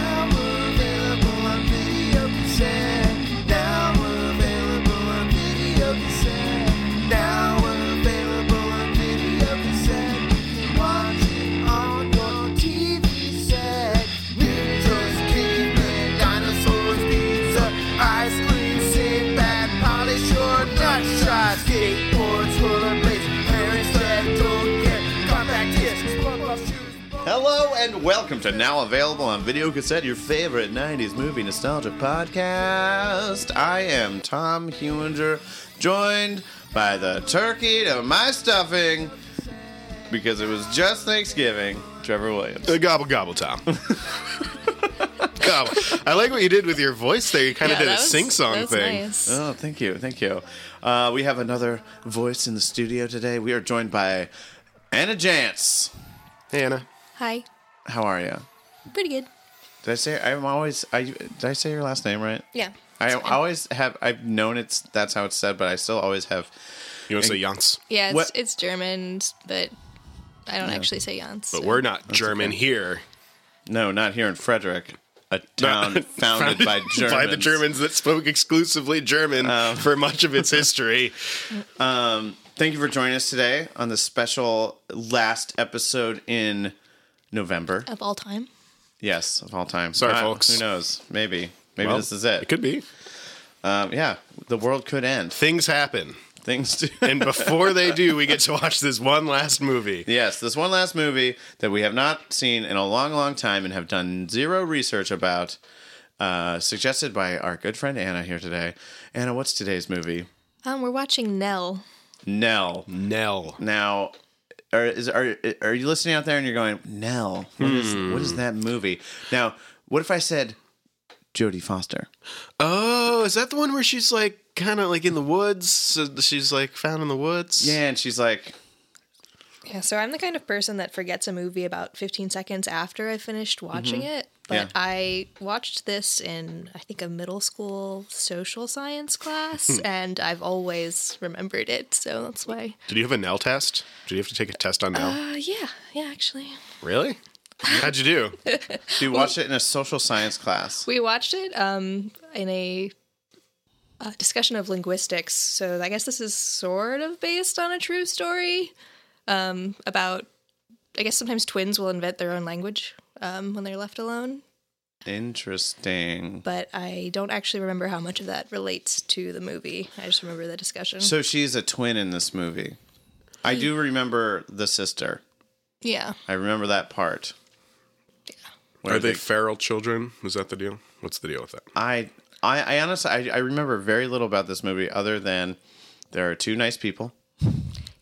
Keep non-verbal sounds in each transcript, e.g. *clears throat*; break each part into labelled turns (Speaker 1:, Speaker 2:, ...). Speaker 1: Now we're available on video cassette. Now we're available on video cassette. Now we're available on video cassette. You can watch it on your TV set. Ninjas, cavemen, dinosaurs, pizza, ice cream, sit back, polish your nut shots. Skateboards, rollerblades, parents that don't care. Compact discs, bump-up shoes.
Speaker 2: Hello and welcome to now available on video cassette, your favorite 90s movie nostalgia podcast. I am Tom Hewinger, joined by the turkey to my stuffing because it was just Thanksgiving. Trevor Williams.
Speaker 3: Uh, gobble gobble, Tom. gobble. I like what you did with your voice there. You kind of did a sing song thing.
Speaker 2: Oh, thank you, thank you. Uh, we have another voice in the studio today. We are joined by Anna Jantz.
Speaker 3: Hey, Anna.
Speaker 4: Hi.
Speaker 2: How are you?
Speaker 4: Pretty good.
Speaker 2: Did I say I'm always? I did I say your last name right?
Speaker 4: Yeah.
Speaker 2: I always have. I've known it's that's how it's said, but I still always have.
Speaker 3: You want to say Jans?
Speaker 4: Yeah, it's,
Speaker 2: What-
Speaker 4: it's German, but I don't actually say Jans.
Speaker 3: But we're not German here.
Speaker 2: No, not here in Frederick, a
Speaker 3: *laughs*
Speaker 2: town founded by Germans.
Speaker 3: By the Germans Oh. that spoke exclusively German for much of its *laughs* history.
Speaker 2: Thank you for joining us today on the special last episode in November.
Speaker 4: Of all time.
Speaker 2: Yes, of all time.
Speaker 3: Sorry,
Speaker 2: Uh,
Speaker 3: folks.
Speaker 2: Who knows? Maybe. Maybe
Speaker 3: Well,
Speaker 2: this is it.
Speaker 3: It could be.
Speaker 2: Um, yeah, the world could end. *laughs*
Speaker 3: Things happen.
Speaker 2: Things do.
Speaker 3: And before they do, we get to watch this one last movie.
Speaker 2: *laughs* Yes, this one last movie that we have not seen in a long, long time and have done zero research about, uh, suggested by our good friend Anna here today. Anna, what's today's movie?
Speaker 4: Um, we're watching Nell.
Speaker 2: Nell.
Speaker 3: Mm-hmm. Nell.
Speaker 2: Now, are, is, are are you listening out there and you're going, Nell? What is
Speaker 3: Hmm.
Speaker 2: what is that movie? Now, what if I said Jodie Foster?
Speaker 3: Oh, is that the one where she's like kind of like in the woods? So she's like found in the woods?
Speaker 2: Yeah, and she's like,
Speaker 4: Yeah, so I'm the kind of person that forgets a movie about 15 seconds after I finished watching it. But
Speaker 2: Mm-hmm. Yeah.
Speaker 4: I watched this in, I think, a middle school social science
Speaker 2: *laughs*
Speaker 4: class, and I've always remembered it. So that's why.
Speaker 3: Did you have a Nell test? Did you have to take a test on Nell?
Speaker 4: Uh, yeah, yeah, actually.
Speaker 3: really? How'd you do?
Speaker 2: so you watched it in a social science class.
Speaker 4: We watched it um, in a uh, discussion of linguistics. So I guess this is sort of based on a true story um, about. I guess sometimes twins will invent their own language um, when they're left alone,
Speaker 2: Interesting.
Speaker 4: but I don't actually remember how much of that relates to the movie. I just remember the discussion.
Speaker 2: So she's a twin in this movie. I do remember the sister.
Speaker 4: yeah,
Speaker 2: I remember that part. Where
Speaker 3: Are they feral children? Is that the deal? What's the deal with that?
Speaker 2: I, I, I honestly, I, I remember very little about this movie other than there are two nice people.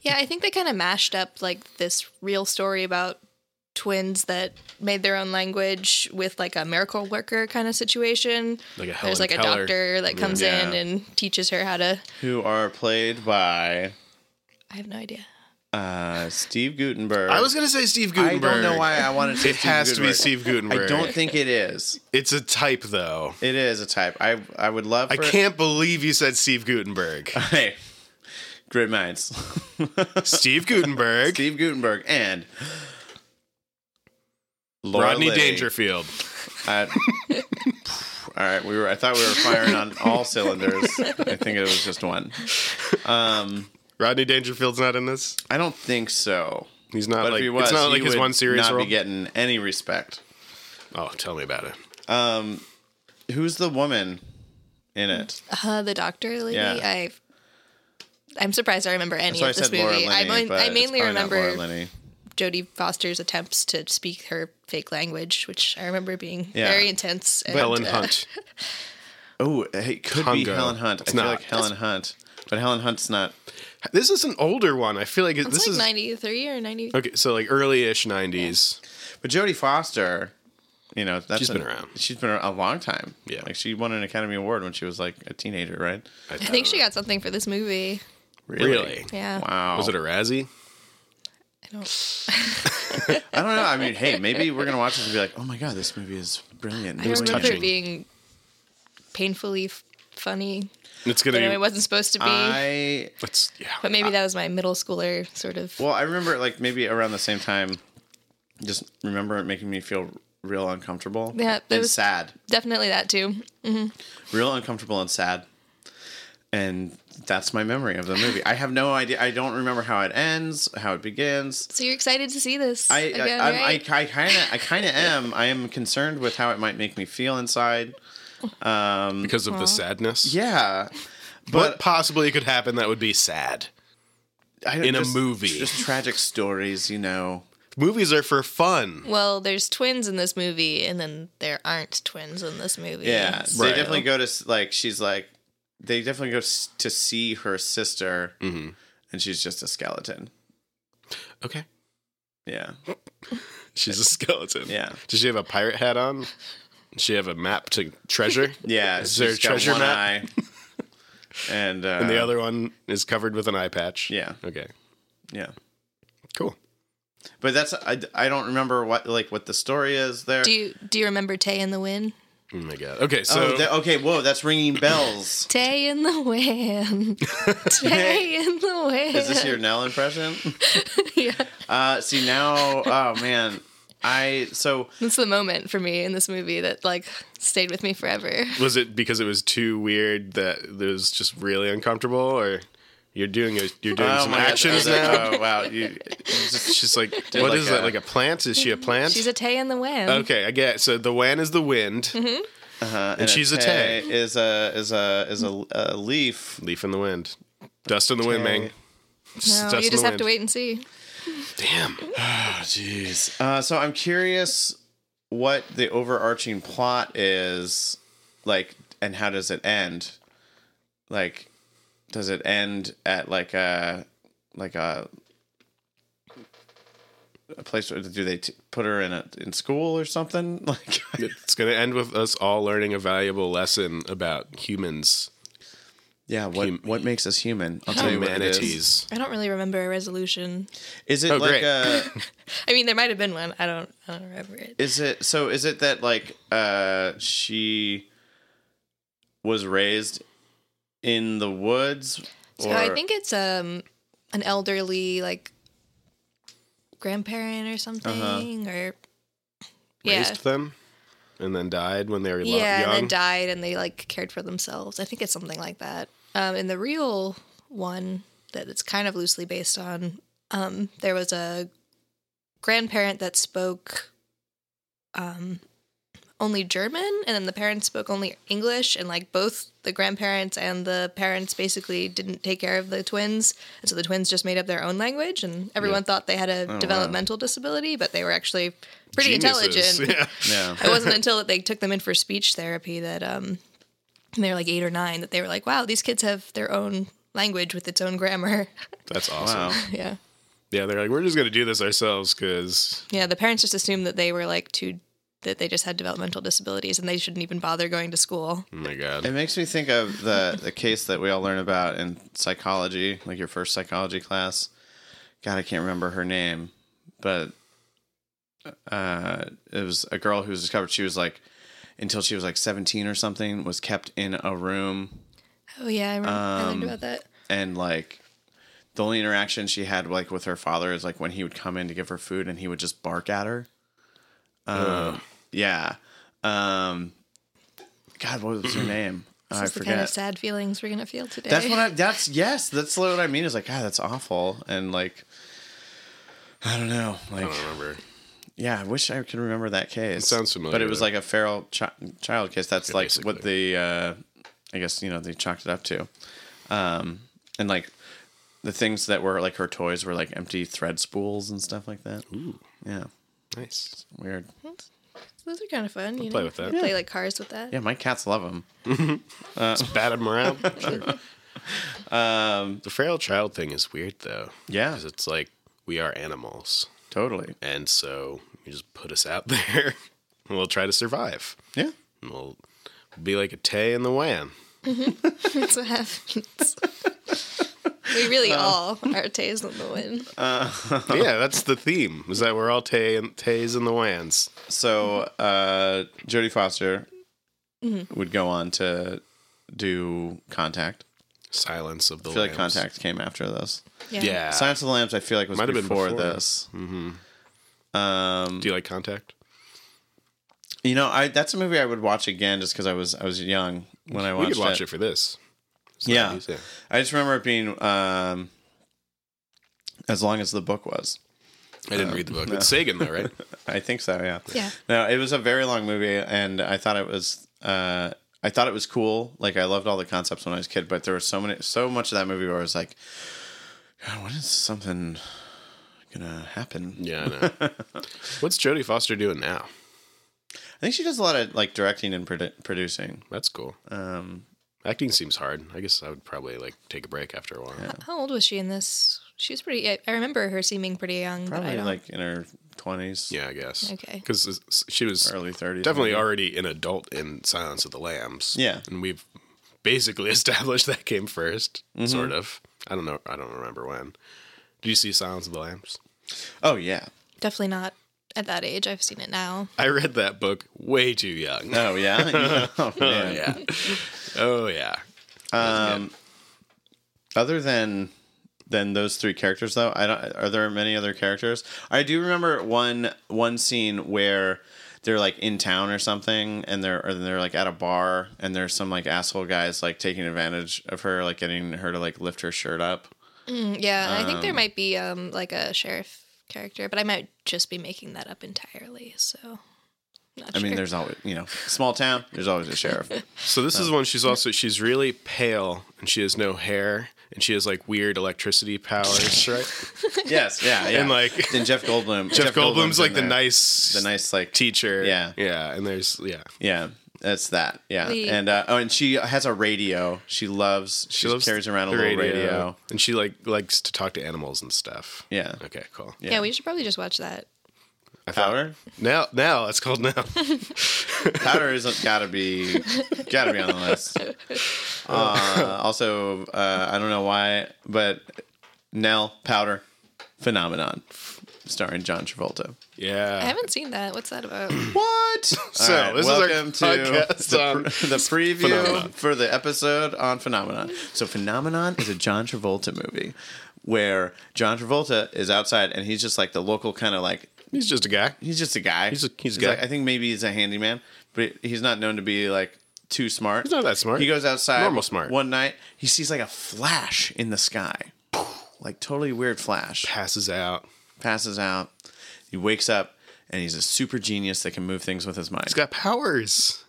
Speaker 4: yeah. I think they kind of mashed up like this real story about twins that made their own language with like a miracle worker kind of situation.
Speaker 3: Like a Helen
Speaker 4: there's like
Speaker 3: Keller.
Speaker 4: a doctor that comes in
Speaker 2: Yeah.
Speaker 4: and teaches her how to
Speaker 2: who are played by
Speaker 4: i have no idea
Speaker 2: uh, Steve Gutenberg.
Speaker 3: I was gonna say Steve
Speaker 2: I
Speaker 3: Gutenberg.
Speaker 2: don't know why I *laughs* wanted to. say
Speaker 3: It has to be Steve Gutenberg.
Speaker 2: I don't think it is.
Speaker 3: it's a type though.
Speaker 2: It is a type. I I would love.
Speaker 3: I
Speaker 2: for-
Speaker 3: can't believe you said Steve Gutenberg.
Speaker 2: *laughs* Hey, great minds. *laughs*
Speaker 3: Steve Gutenberg,
Speaker 2: Steve Gutenberg and Laura
Speaker 3: Rodney
Speaker 2: Liddy.
Speaker 3: Dangerfield.
Speaker 2: I- all right, we were. I thought we were firing on all cylinders. I think it was just one. Um,
Speaker 3: Rodney Dangerfield's not in this.
Speaker 2: I don't think so.
Speaker 3: He's not
Speaker 2: But
Speaker 3: like
Speaker 2: if he was,
Speaker 3: it's not like
Speaker 2: he
Speaker 3: his
Speaker 2: would
Speaker 3: one serious
Speaker 2: not
Speaker 3: role.
Speaker 2: be getting any respect.
Speaker 3: oh, tell me about it.
Speaker 2: Um, who's the woman in it?
Speaker 4: uh the doctor lady
Speaker 2: Yeah.
Speaker 4: i i'm surprised i remember any
Speaker 2: That's why I
Speaker 4: of this
Speaker 2: said Laura
Speaker 4: movie
Speaker 2: Linney.
Speaker 4: i, main-
Speaker 2: but
Speaker 4: I
Speaker 2: it's
Speaker 4: mainly
Speaker 2: probably not Laura
Speaker 4: remember
Speaker 2: Linney.
Speaker 4: jodie foster's attempts to speak her fake language which i remember being
Speaker 2: Yeah.
Speaker 4: very intense and,
Speaker 3: Helen
Speaker 4: uh,
Speaker 3: Hunt.
Speaker 2: Oh, it could be
Speaker 3: Congo.
Speaker 2: Helen Hunt.
Speaker 3: It's
Speaker 2: I feel
Speaker 3: not.
Speaker 2: like Helen Hunt, but Helen Hunt's not.
Speaker 3: This is an older one. I feel like it,
Speaker 4: it's
Speaker 3: this
Speaker 4: like
Speaker 3: is
Speaker 4: 93 or 90
Speaker 3: okay. So like early-ish '90s.
Speaker 2: But Jodie Foster, you know, that's
Speaker 3: She's been
Speaker 2: an-
Speaker 3: around.
Speaker 2: She's been around a long time.
Speaker 3: Yeah.
Speaker 2: like she won an Academy Award when she was like a teenager, right?
Speaker 4: i think she got something for this movie
Speaker 3: Really?
Speaker 4: Yeah.
Speaker 2: Wow.
Speaker 3: Was it a Razzie?
Speaker 4: I don't,
Speaker 2: I don't know. I mean, hey, maybe we're gonna watch this and be like, "Oh my god, this movie is brilliant."
Speaker 4: I
Speaker 2: It was
Speaker 4: don't remember
Speaker 2: touching.
Speaker 4: it being painfully f- funny.
Speaker 3: It's
Speaker 4: But
Speaker 3: gonna.
Speaker 4: it
Speaker 3: Be,
Speaker 4: wasn't supposed to be.
Speaker 2: I
Speaker 3: it's, yeah.
Speaker 4: but maybe that was my middle schooler sort of.
Speaker 2: well, I remember like maybe around the same time. Just remember it making me feel real uncomfortable.
Speaker 4: Yeah, that
Speaker 2: and
Speaker 4: was-
Speaker 2: sad.
Speaker 4: Definitely that too.
Speaker 2: real uncomfortable and sad. And that's my memory of the movie. I have no idea. I don't remember how it ends, how it begins.
Speaker 4: So you're excited to see this
Speaker 2: I
Speaker 4: again,
Speaker 2: I, I'm-
Speaker 4: right?
Speaker 2: I, I kind of I kind of
Speaker 4: *laughs*
Speaker 2: am. I am concerned with how it might make me feel inside.
Speaker 3: because of the sadness.
Speaker 2: Yeah,
Speaker 3: What
Speaker 2: but
Speaker 3: possibly could happen that would be sad?
Speaker 2: I,
Speaker 3: in a
Speaker 2: just-
Speaker 3: movie.
Speaker 2: just tragic stories, you know.
Speaker 3: Movies are for fun.
Speaker 4: well, there's twins in this movie, and then there aren't twins in this movie.
Speaker 2: Yeah,
Speaker 4: So-
Speaker 2: they
Speaker 3: Right.
Speaker 2: definitely go to s- like she's like they definitely go s- to see her sister,
Speaker 3: Mm-hmm.
Speaker 2: and she's just a skeleton.
Speaker 3: Okay.
Speaker 4: *laughs*
Speaker 2: Yeah,
Speaker 3: She's a skeleton.
Speaker 2: Yeah.
Speaker 3: Does she have a pirate hat on? Does she have a map to treasure?
Speaker 2: *laughs* yeah.
Speaker 3: Is there
Speaker 2: she's
Speaker 3: a
Speaker 2: got
Speaker 3: treasure
Speaker 2: one
Speaker 3: map? *laughs*
Speaker 2: eye. and uh,
Speaker 3: and the other one is covered with an eye patch.
Speaker 2: Yeah.
Speaker 3: Okay.
Speaker 2: yeah.
Speaker 3: Cool.
Speaker 2: But that's I, I don't remember what like what the story is there.
Speaker 4: Do you do you remember Tay in the Wind?
Speaker 3: Oh my god. Okay. So
Speaker 2: oh, that- okay, whoa, that's ringing bells.
Speaker 4: Tay in the
Speaker 2: *laughs*
Speaker 4: Wind. Tay in the Wind.
Speaker 2: is this your Nell impression?
Speaker 4: yeah.
Speaker 2: Uh, see now, oh man, I so
Speaker 4: That's the moment for me in this movie that like stayed with me forever.
Speaker 3: was it because it was too weird that it was just really uncomfortable, or you're doing a, you're doing
Speaker 2: oh
Speaker 3: some
Speaker 2: my God,
Speaker 3: actions
Speaker 2: oh,
Speaker 3: now?
Speaker 2: that- Oh wow, you,
Speaker 3: She's like, what is
Speaker 2: like a-
Speaker 3: that? Like a plant? Is she a plant?
Speaker 4: She's a Tay in the Wind.
Speaker 3: okay. I get. It. So the wan is the wind,
Speaker 4: Mm-hmm.
Speaker 2: uh,
Speaker 3: and she's a
Speaker 2: tay
Speaker 3: tay.
Speaker 2: is a is a is a, a leaf.
Speaker 3: Leaf in the wind, dust in the wind,
Speaker 2: Tay.
Speaker 3: man.
Speaker 4: No, you just have to wait and see.
Speaker 3: Damn. *sighs*
Speaker 2: Jeez. Uh, so I'm curious what the overarching plot is like, and how does it end? Like, does it end at like a like a a place where do they t- put her in a in school or something? *laughs* Like,
Speaker 3: It's gonna end with us all learning a valuable lesson about humans,
Speaker 2: yeah. What
Speaker 3: Hum-
Speaker 2: what makes us human? I'll tell you what it is.
Speaker 3: humanities.
Speaker 4: I don't really remember a resolution.
Speaker 2: Is it
Speaker 3: Oh,
Speaker 2: like
Speaker 3: great.
Speaker 2: a
Speaker 4: I mean, there might have been one. I don't. I don't remember it.
Speaker 2: Is it so? Is it that like uh she was raised in the woods?
Speaker 4: So I think it's um an elderly like grandparent or something or yeah
Speaker 3: Raised them, and then died when they were lo-
Speaker 4: yeah
Speaker 3: young.
Speaker 4: and then died and they like cared for themselves. I think it's something like that. Um, in the real one that it's kind of loosely based on, um, there was a grandparent that spoke um only German and then the parents spoke only English and like both the grandparents and the parents basically didn't take care of the twins and so the twins just made up their own language and everyone thought they had a developmental disability but they were actually pretty
Speaker 3: Oh, Geniuses. *laughs*
Speaker 4: intelligent.
Speaker 3: Yeah.
Speaker 2: Yeah.
Speaker 4: It wasn't until that they took them in for speech therapy that um and they were like 8 or 9 that they were like wow these kids have their own language with its own grammar.
Speaker 3: That's awesome.
Speaker 2: Wow.
Speaker 4: *laughs* yeah.
Speaker 3: Yeah, they're like, we're just gonna do this ourselves because
Speaker 4: Yeah, the parents just assumed that they were like too that they just had developmental disabilities and they shouldn't even bother going to school.
Speaker 3: oh my god,
Speaker 2: It makes me think of the the case that we all learn about in psychology, like your first psychology class. God, I can't remember her name, but uh, it was a girl who was discovered. She was like, until she was like seventeen or something, was kept in a room
Speaker 4: Oh yeah, I, remember, I learned about that.
Speaker 2: and like the only interaction she had like with her father is like when he would come in to give her food and he would just bark at her. Um, yeah. Um, God,
Speaker 3: *clears throat*
Speaker 2: what was her name?
Speaker 4: This
Speaker 2: I
Speaker 4: is the
Speaker 2: forget.
Speaker 4: kind of sad feelings we're gonna feel today.
Speaker 2: that's what I. That's yes. That's what I mean. Is like, God, that's awful. And like, I don't know. Like,
Speaker 3: I don't remember.
Speaker 2: yeah, I wish I could remember that case.
Speaker 3: It sounds familiar,
Speaker 2: But it was
Speaker 3: though.
Speaker 2: like a feral chi- child case. That's like what
Speaker 3: basically.
Speaker 2: the, uh, I guess, you know, they chalked it up to. Um, and like the things that were like her toys were like empty thread spools and stuff like that.
Speaker 3: Ooh,
Speaker 2: Yeah.
Speaker 3: nice.
Speaker 2: Weird.
Speaker 4: *laughs* Those are kind of fun. You
Speaker 3: play
Speaker 4: know?
Speaker 3: with that.
Speaker 4: You Play like cars with that.
Speaker 2: Yeah, my cats love them. Uh,
Speaker 3: Just bat
Speaker 2: *laughs*
Speaker 3: them around.
Speaker 4: *laughs*
Speaker 3: Um, the frail child thing is weird though.
Speaker 2: Yeah.
Speaker 3: because it's like we are animals,
Speaker 2: Totally.
Speaker 3: and so you just put us out *laughs* there, and we'll try to survive.
Speaker 2: Yeah.
Speaker 3: And we'll be like a Tay in the Wan.
Speaker 4: That's what happens. We really all are Tays in the wind.
Speaker 2: Oh.
Speaker 3: yeah, that's the theme. Is that we're all Tay and Tays and the Wans.
Speaker 2: So uh, Jodie Foster would go on to do Contact.
Speaker 3: Silence of the
Speaker 2: I feel like
Speaker 3: Lambs.
Speaker 2: Contact came after this.
Speaker 4: Yeah.
Speaker 3: Yeah.
Speaker 2: Silence of the Lambs, I feel like was
Speaker 3: Might have
Speaker 2: before,
Speaker 3: been before. Mm-hmm.
Speaker 2: this. Um,
Speaker 3: Do you like Contact?
Speaker 2: You know, I that's a movie I would watch again just because I was I was young when I
Speaker 3: We
Speaker 2: watched
Speaker 3: could watch it.
Speaker 2: it.
Speaker 3: for this. It's
Speaker 2: Yeah.
Speaker 3: 90s, yeah.
Speaker 2: I just remember it being um, as long as the book was.
Speaker 3: I
Speaker 2: Uh,
Speaker 3: didn't read the book. It's Sagan though,
Speaker 2: *laughs*
Speaker 3: right?
Speaker 2: I think so. Yeah.
Speaker 4: Yeah.
Speaker 2: No, it was a very long movie, and I thought it was. Uh, I thought it was cool. Like I loved all the concepts when I was a kid, but there was so many, so much of that movie where I was like, God, when is something gonna happen?
Speaker 3: yeah, I know. What's Jodie Foster doing now?
Speaker 2: I think she does a lot of like directing and produ- producing.
Speaker 3: That's cool.
Speaker 2: Um,
Speaker 3: Acting seems hard. I guess I would probably like take a break after a while.
Speaker 4: How old was she in this? She was pretty. I, I remember her seeming pretty young. but I
Speaker 2: probably
Speaker 4: don't.
Speaker 2: like in her twenties,
Speaker 3: Yeah, I guess.
Speaker 4: Okay.
Speaker 3: Because she was
Speaker 2: early thirties,
Speaker 3: definitely already an adult in Silence of the Lambs.
Speaker 2: Yeah.
Speaker 3: And we've basically *laughs* established that came 1st
Speaker 2: Mm-hmm.
Speaker 3: sort of. I don't know. I don't remember when. Did you see Silence of the Lambs?
Speaker 2: Oh yeah.
Speaker 4: Definitely not at that age. I've seen it now. *laughs*
Speaker 3: I read that book way too young. *laughs*
Speaker 2: Oh yeah. oh man.
Speaker 3: yeah. oh yeah.
Speaker 2: Um, other than than those three characters, though, I don't. Are there many other characters? I do remember one one scene where they're like in town or something, and they're or they're like at a bar, and there's some like asshole guys like taking advantage of her, like getting her to like lift her shirt up.
Speaker 4: Mm, Yeah, I think there might be um like a sheriff character, but I might just be making that up entirely. So, not
Speaker 2: I mean,
Speaker 4: sure.
Speaker 2: there's always you know, small town. There's always a sheriff.
Speaker 3: So this
Speaker 2: Oh.
Speaker 3: is one she's also she's really pale and she has no hair and she has like weird electricity
Speaker 2: *laughs*
Speaker 3: powers, right?
Speaker 2: yes, yeah, yeah.
Speaker 3: And, like-
Speaker 2: then Jeff Goldblum.
Speaker 3: Jeff, Goldblum's, like
Speaker 2: in
Speaker 3: the
Speaker 2: there.
Speaker 3: nice
Speaker 2: the nice like
Speaker 3: teacher.
Speaker 2: Yeah.
Speaker 3: Yeah, and there's yeah.
Speaker 2: Yeah, that's that. Yeah,
Speaker 4: We-
Speaker 2: and uh, oh, and she has a radio. She loves. She,
Speaker 3: loves
Speaker 2: carries around
Speaker 3: the
Speaker 2: a little radio.
Speaker 3: and she like likes to talk to animals and stuff.
Speaker 2: Yeah.
Speaker 3: Okay, cool.
Speaker 4: yeah. we should probably just watch that.
Speaker 2: Powder.
Speaker 3: Now, now it's called
Speaker 2: *laughs*
Speaker 3: now.
Speaker 2: Powder isn't gotta be gotta be on the list. Uh, also, uh, I don't know why, but Nell Powder phenomenon, starring John Travolta.
Speaker 3: yeah.
Speaker 4: I haven't seen that. What's that about?
Speaker 2: What?
Speaker 3: So, this is our podcast
Speaker 2: the,
Speaker 3: on
Speaker 2: pre- the preview
Speaker 3: Phenomenon.
Speaker 2: for the episode on Phenomenon. So Phenomenon is a John Travolta movie where John Travolta is outside and he's just like the local kind of like
Speaker 3: He's just a guy.
Speaker 2: he's just a guy.
Speaker 3: He's a- he's a guy.
Speaker 2: like- I think maybe he's a handyman, but he's not known to be like too smart.
Speaker 3: He's not that smart.
Speaker 2: He goes outside
Speaker 3: Normal smart.
Speaker 2: One night he sees like a flash in the sky. Like totally weird flash
Speaker 3: Passes out.
Speaker 2: passes out. He wakes up and he's a super genius that can move things with his mind.
Speaker 3: He's got powers.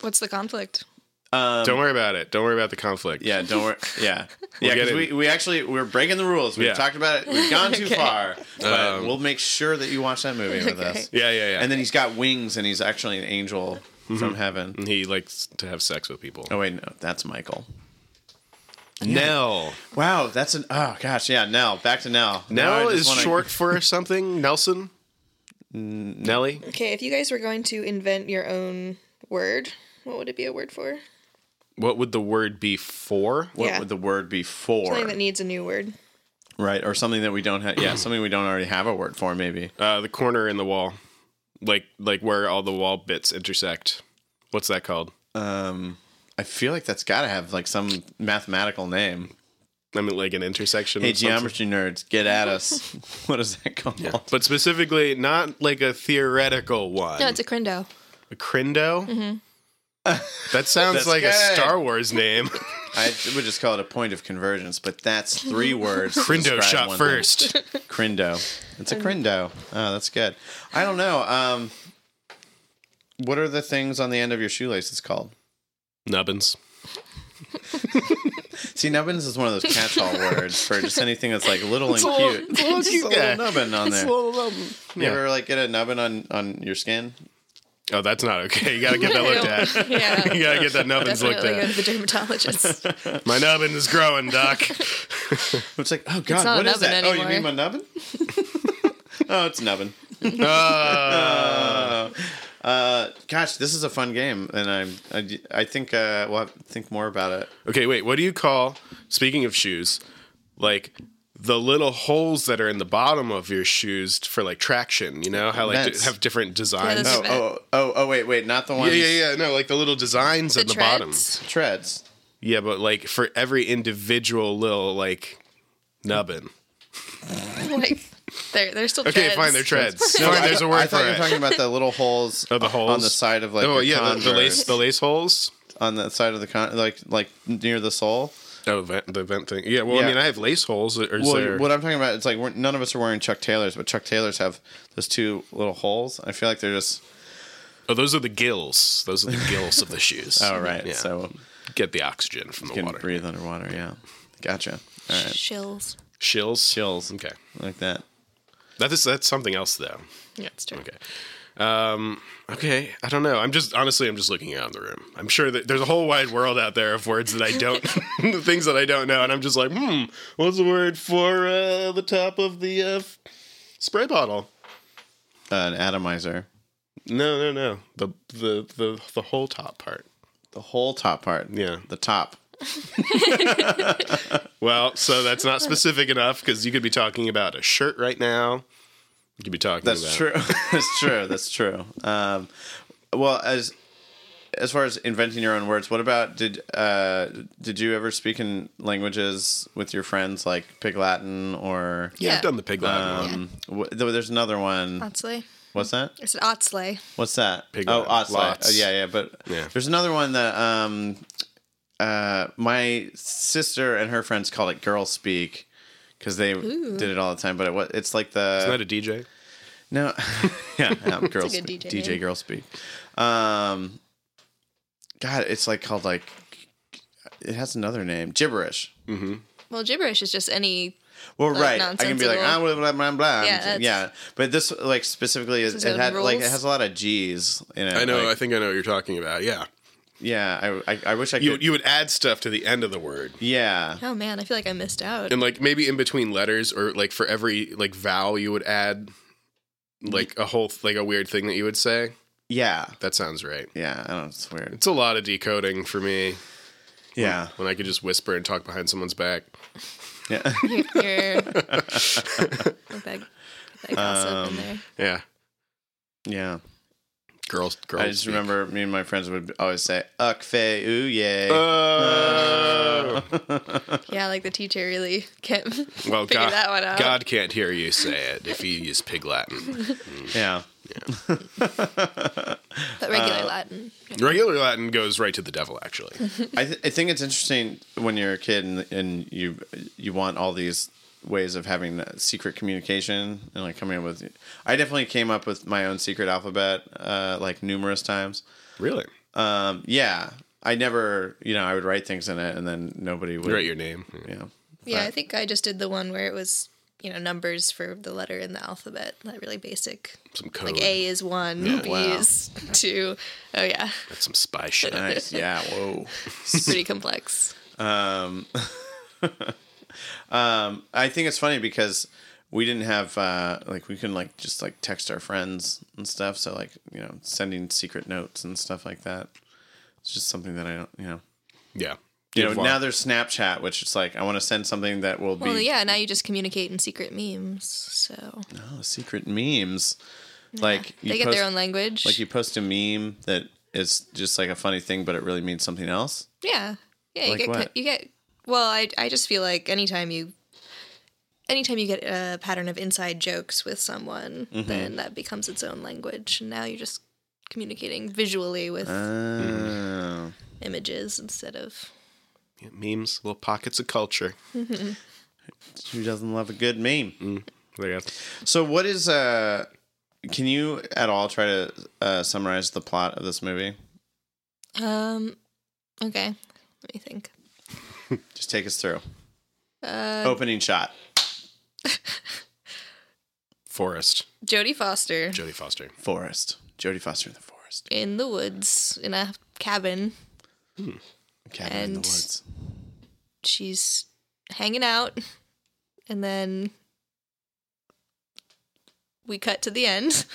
Speaker 4: What's the conflict?
Speaker 3: Don't worry about it. Don't worry about the conflict.
Speaker 2: Um, yeah, don't worry.
Speaker 4: *laughs*
Speaker 2: Yeah, yeah.
Speaker 3: get
Speaker 2: Because
Speaker 3: it.
Speaker 2: we, we actually we're breaking the rules. We've
Speaker 3: Yeah.
Speaker 2: talked about it. We've gone too
Speaker 4: *laughs* Okay.
Speaker 2: far. But we'll make sure that you watch that movie with us.
Speaker 3: Yeah, yeah, Mm-hmm. yeah.
Speaker 2: And then he's got wings and he's actually an angel from heaven.
Speaker 3: he likes to have sex with people.
Speaker 2: Oh wait, no, that's Michael.
Speaker 3: Nell.
Speaker 2: Wow, that's an oh gosh, yeah. Nell, back to Nell. Now I
Speaker 3: Nell
Speaker 2: just
Speaker 3: is
Speaker 2: wanna- *laughs*
Speaker 3: short for something. Nelson. Nelly.
Speaker 4: Okay, if you guys were going to invent your own word, what would it be a word for?
Speaker 3: What would the word be for?
Speaker 2: What
Speaker 4: Yeah.
Speaker 2: would the word be for?
Speaker 4: Something that needs a new word.
Speaker 2: right, or something that we don't have.
Speaker 3: Mm-hmm.
Speaker 2: Yeah, something we don't already have a word for. Maybe
Speaker 3: Uh, the corner in the wall, like like where all the wall bits intersect. What's that called?
Speaker 2: Um, I feel like that's got to have like some mathematical name.
Speaker 3: I mean, like an intersection.
Speaker 2: Hey,
Speaker 3: or something?
Speaker 2: geometry nerds, get at
Speaker 4: *laughs*
Speaker 2: us. what is that called?
Speaker 3: But specifically, not like a theoretical one.
Speaker 4: No, it's a crindo.
Speaker 3: a crindo. that sounds
Speaker 2: Mm-hmm. That's
Speaker 3: like a
Speaker 2: good.
Speaker 3: Star Wars
Speaker 2: *laughs*
Speaker 3: name.
Speaker 2: I would just call it a point of convergence, but that's three words. to
Speaker 3: crindo
Speaker 2: describe
Speaker 3: shot
Speaker 2: one thing.
Speaker 3: first.
Speaker 2: *laughs* Crindo. It's a crindo. Oh, that's good. I don't know. Um, what are the things on the end of your shoelaces called?
Speaker 3: Nubbins.
Speaker 2: See, nubbins is one of those
Speaker 3: *laughs*
Speaker 2: catch-all words for just anything that's like little and
Speaker 3: a little-
Speaker 2: cute.
Speaker 3: it's a little
Speaker 2: Just
Speaker 3: cute guy.
Speaker 2: little nubbin on there. You
Speaker 3: Yeah.
Speaker 2: ever like get a nubbin on on your skin?
Speaker 3: Oh, that's not okay. You gotta get that
Speaker 4: *laughs*
Speaker 3: looked at.
Speaker 4: yeah.
Speaker 3: You gotta get that nubbins looked
Speaker 4: Definitely go
Speaker 3: at.
Speaker 4: to the dermatologist.
Speaker 3: My nubbin is growing, Doc.
Speaker 2: It's like, oh god,
Speaker 4: not
Speaker 2: what
Speaker 4: a
Speaker 2: is
Speaker 4: nubbin
Speaker 2: that? Oh, you
Speaker 4: anymore.
Speaker 3: *laughs*
Speaker 2: mean my nubbin? oh, it's nubbin.
Speaker 3: Uh,
Speaker 2: Uh, gosh, this is a fun game, and I'm I, I think uh, we'll have to think more about it.
Speaker 3: Okay, wait. What do you call? Speaking of shoes, like the little holes that are in the bottom of your shoes for like traction. You know how like
Speaker 2: Vents.
Speaker 3: d- have different designs.
Speaker 4: those-
Speaker 2: Oh, oh, oh, oh, wait, wait, not the
Speaker 3: yeah,
Speaker 2: ones.
Speaker 3: yeah, yeah. No, like the little designs
Speaker 4: The
Speaker 3: at the bottom.
Speaker 4: treads.
Speaker 2: Treads.
Speaker 3: Yeah, but like for every individual little like nubbin.
Speaker 4: like they're they're still
Speaker 3: Okay,
Speaker 4: treads.
Speaker 3: fine. They're treads.
Speaker 2: No,
Speaker 3: fine,
Speaker 2: Oh, I
Speaker 3: there's a
Speaker 2: thought-
Speaker 3: word
Speaker 2: I
Speaker 3: for
Speaker 2: thought you were
Speaker 3: it.
Speaker 2: talking about the little holes,
Speaker 3: *laughs* Oh, the holes
Speaker 2: on the side of like
Speaker 3: oh
Speaker 2: your
Speaker 3: yeah, the, the lace
Speaker 2: Converse,
Speaker 3: the lace holes.
Speaker 2: on the side of the con- like like near the sole.
Speaker 3: Oh, vent, the vent thing. Yeah. Well,
Speaker 2: Yeah.
Speaker 3: I mean, I have lace holes. Or is
Speaker 2: Well,
Speaker 3: there...
Speaker 2: what I'm talking about, it's like we're, none of us are wearing Chuck Taylors, but Chuck Taylors have those two little holes. I feel like they're just
Speaker 3: Oh, those are the gills. Those are the gills of the
Speaker 2: *laughs*
Speaker 3: shoes.
Speaker 2: oh right,
Speaker 3: Yeah.
Speaker 2: so
Speaker 3: get the oxygen from the
Speaker 2: can
Speaker 3: water.
Speaker 2: breathe underwater. Yeah, gotcha. All right,
Speaker 4: shills.
Speaker 3: Shills. Shills. Okay.
Speaker 2: like that.
Speaker 3: That is that's something else though.
Speaker 4: Yeah, it's true.
Speaker 3: Okay. Um, okay. I don't know. I'm just honestly, I'm just looking around the room. I'm sure that there's a whole wide world out there of words that I don't, *laughs* the things that I don't know, and I'm just like, hmm, what's the word for uh, the top of the uh, f- spray bottle?
Speaker 2: Uh, an atomizer.
Speaker 3: No, no, no. The the the the whole top part.
Speaker 2: The whole top part.
Speaker 3: Yeah.
Speaker 2: The top.
Speaker 3: Well, so that's not specific enough because you could be talking about a shirt right now. You could be talking.
Speaker 2: That's
Speaker 3: about,
Speaker 2: true. *laughs* That's true. That's true. Um, well, as as far as inventing your own words, what about did uh, did you ever speak in languages with your friends like Pig Latin or
Speaker 3: Yeah,
Speaker 4: Yeah. Uh-huh.
Speaker 3: I've done the pig Latin one.
Speaker 2: um, wh- there- there's another one.
Speaker 4: Otsley.
Speaker 2: What's that?
Speaker 4: I said Otsley.
Speaker 2: What's that?
Speaker 3: Pig
Speaker 2: oh,
Speaker 3: Latin.
Speaker 2: Ocelot.
Speaker 3: Lots.
Speaker 2: Oh, yeah, yeah. But
Speaker 3: Yeah.
Speaker 2: there's another one that um, uh, my sister and her friends call it girl speak because they did it all the time. But it, wa- it's like the
Speaker 3: Isn't that a DJ?
Speaker 2: No, *laughs*
Speaker 3: *laughs*
Speaker 2: yeah, yeah girls,
Speaker 4: good
Speaker 2: speak-
Speaker 4: DJ
Speaker 2: DJ,
Speaker 4: name.
Speaker 2: girl speak. Um, God, it's like called like it has another name, gibberish.
Speaker 4: Well, gibberish is just any.
Speaker 2: Well,
Speaker 4: Like
Speaker 2: right, I can be like ah,
Speaker 4: nonsensical.
Speaker 2: blah blah blah blah.
Speaker 4: Yeah,
Speaker 2: Yeah,
Speaker 4: that's-
Speaker 2: but this like specifically is
Speaker 4: Those
Speaker 2: it
Speaker 4: are
Speaker 2: had like it
Speaker 4: rules.
Speaker 2: has a lot of G's in it.
Speaker 3: I know. I
Speaker 2: like-
Speaker 3: think I know what you're talking about. Yeah.
Speaker 2: yeah, I, I I wish I could.
Speaker 3: you, you would add stuff to the end of the word
Speaker 2: yeah,
Speaker 4: Oh man, I feel like I missed out.
Speaker 3: and like maybe in between letters or like for every like vowel you would add like a whole like a weird thing that you would say
Speaker 2: yeah,
Speaker 3: that sounds right
Speaker 2: yeah. I don't. know, It's weird.
Speaker 3: it's a lot of decoding for me
Speaker 2: Yeah,
Speaker 3: when i could just whisper and talk behind someone's back
Speaker 2: yeah. *laughs*
Speaker 4: You're,
Speaker 3: *laughs*
Speaker 4: you're... Put that, put that gossip
Speaker 3: Um,
Speaker 4: in there.
Speaker 3: yeah
Speaker 2: yeah.
Speaker 3: girls girls
Speaker 2: I just
Speaker 3: speak.
Speaker 2: remember me and my friends would always say "uck fey ooh yay."
Speaker 3: Uh,
Speaker 4: Yeah, like the teacher really *laughs* can't
Speaker 3: well
Speaker 4: figure
Speaker 3: god,
Speaker 4: that one out.
Speaker 3: god can't hear you say it if you use pig latin *laughs*
Speaker 2: yeah.
Speaker 4: But regular
Speaker 3: uh,
Speaker 4: Latin.
Speaker 3: regular latin goes right to the devil actually
Speaker 2: *laughs* I, th- I think it's interesting when you're a kid and, and you you want all these ways of having secret communication and like coming up with. I definitely came up with my own secret alphabet uh, like numerous times.
Speaker 3: really
Speaker 2: Um, yeah, I never you know I would write things in it and then nobody would.
Speaker 3: you write your name
Speaker 2: Yeah.
Speaker 4: Yeah, I think I just did the one where it was you know numbers for the letter in the alphabet, like really basic.
Speaker 3: some code
Speaker 4: Like A is one, B
Speaker 2: Wow.
Speaker 4: is two.
Speaker 3: *laughs*
Speaker 4: Oh yeah,
Speaker 3: that's some spy shit
Speaker 2: Nice. Yeah. Whoa.
Speaker 4: it's pretty complex.
Speaker 2: Um, *laughs* um, I think it's funny because we didn't have uh, like we couldn't like just like text our friends and stuff. So like you know, sending secret notes and stuff like that. It's just something that I don't you know.
Speaker 3: yeah
Speaker 2: You know,
Speaker 3: Devoir.
Speaker 2: now there's Snapchat, which is like I want to send something that will be
Speaker 4: Well, yeah, now you just communicate in secret memes, so
Speaker 2: oh, secret memes. Like you
Speaker 4: they get
Speaker 2: post,
Speaker 4: their own language.
Speaker 2: Like you post a meme that is just like a funny thing, but it really means something else.
Speaker 4: Yeah. Yeah, you
Speaker 2: Like
Speaker 4: get co-
Speaker 2: what?
Speaker 4: you get well, I I just feel like anytime you anytime you get a pattern of inside jokes with someone,
Speaker 2: Mm-hmm.
Speaker 4: then that becomes its own language. And now you're just communicating visually with
Speaker 2: Uh. Oh.
Speaker 4: images instead of
Speaker 3: Yeah, memes, little pockets of culture.
Speaker 2: Who doesn't love a good meme?
Speaker 3: Mm. There you
Speaker 2: So what is uh can you at all try to uh, summarize the plot of this movie?
Speaker 4: um okay, let me think.
Speaker 2: Just take us through.
Speaker 4: Uh
Speaker 2: Opening shot.
Speaker 3: Forest,
Speaker 4: Jodie Foster
Speaker 3: Jodie Foster.
Speaker 2: Forest. Jodie Foster in the forest.
Speaker 4: in the woods in a cabin.
Speaker 2: Cabin in the
Speaker 4: And-
Speaker 2: woods.
Speaker 4: She's hanging out and then we cut to the end. *laughs*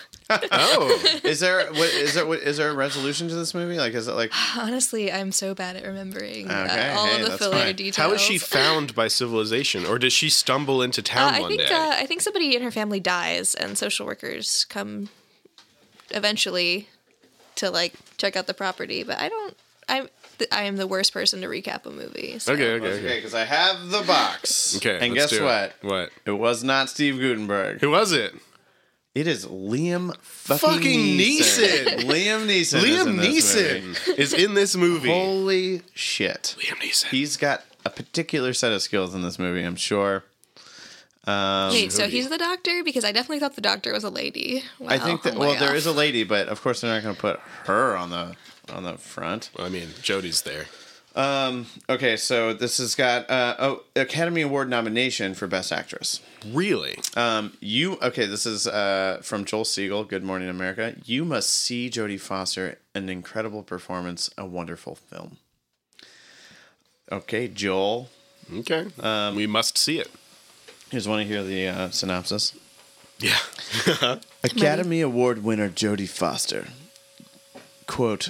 Speaker 3: Oh,
Speaker 2: Is there what is there what is there a resolution to this movie? Like is it like
Speaker 4: Honestly, I'm so bad at remembering uh,
Speaker 2: Okay,
Speaker 4: all
Speaker 2: hey,
Speaker 4: of the
Speaker 2: that's
Speaker 4: filler
Speaker 2: fine.
Speaker 4: details.
Speaker 3: how is she found by civilization, or does she stumble into town
Speaker 4: Uh, I
Speaker 3: one
Speaker 4: think
Speaker 3: day?
Speaker 4: uh, I think somebody in her family dies, and social workers come eventually to like check out the property. But I don't. I'm th- I am the worst person to recap a movie. so-
Speaker 3: okay, okay,
Speaker 2: okay?
Speaker 3: okay.
Speaker 2: Because I have the box.
Speaker 3: Okay,
Speaker 2: and
Speaker 3: let's
Speaker 2: guess
Speaker 3: do
Speaker 2: what?
Speaker 3: it. What?
Speaker 2: It was not Steve Gutenberg.
Speaker 3: Who was it?
Speaker 2: It is Liam fucking,
Speaker 3: Fucking
Speaker 2: Neeson.
Speaker 3: Neeson.
Speaker 2: Liam Neeson. is in
Speaker 3: Liam
Speaker 2: this movie.
Speaker 3: Neeson *laughs* is in this movie.
Speaker 2: Holy shit.
Speaker 3: Liam Neeson.
Speaker 2: He's got a particular set of skills in this movie, I'm sure. Um,
Speaker 4: Wait, so he's the doctor because I definitely thought the doctor was a lady.
Speaker 2: I think that
Speaker 4: Wow,
Speaker 2: well,
Speaker 4: Oh, way
Speaker 2: there is
Speaker 4: *laughs*
Speaker 2: a
Speaker 4: off.
Speaker 2: lady, but of course they're not going to put her on the on the front.
Speaker 3: I mean, Jody's there.
Speaker 2: Um, okay, so this has got uh, oh, Academy Award nomination for Best Actress.
Speaker 3: Really?
Speaker 2: Um, you okay? This is uh, from Joel Siegel, Good Morning America. You must see Jodie Foster, an incredible performance, a wonderful film. Okay, Joel.
Speaker 3: Okay. Um, we must see it.
Speaker 2: Here's one to hear the uh, synopsis.
Speaker 3: Yeah.
Speaker 2: Academy Award winner Jodie Foster, quote,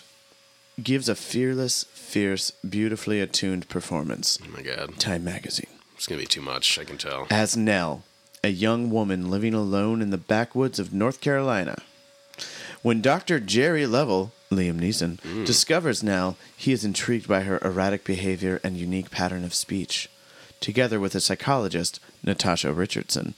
Speaker 2: gives a fearless, fierce, beautifully attuned performance.
Speaker 3: Oh my god,
Speaker 2: Time magazine.
Speaker 3: it's gonna be too much. I can tell.
Speaker 2: As Nell, a young woman living alone in the backwoods of North Carolina. When Dr. Jerry Lovell, Liam Neeson,
Speaker 3: Mm.
Speaker 2: discovers Nell, he is intrigued by her erratic behavior and unique pattern of speech. Together with a psychologist, Natasha Richardson,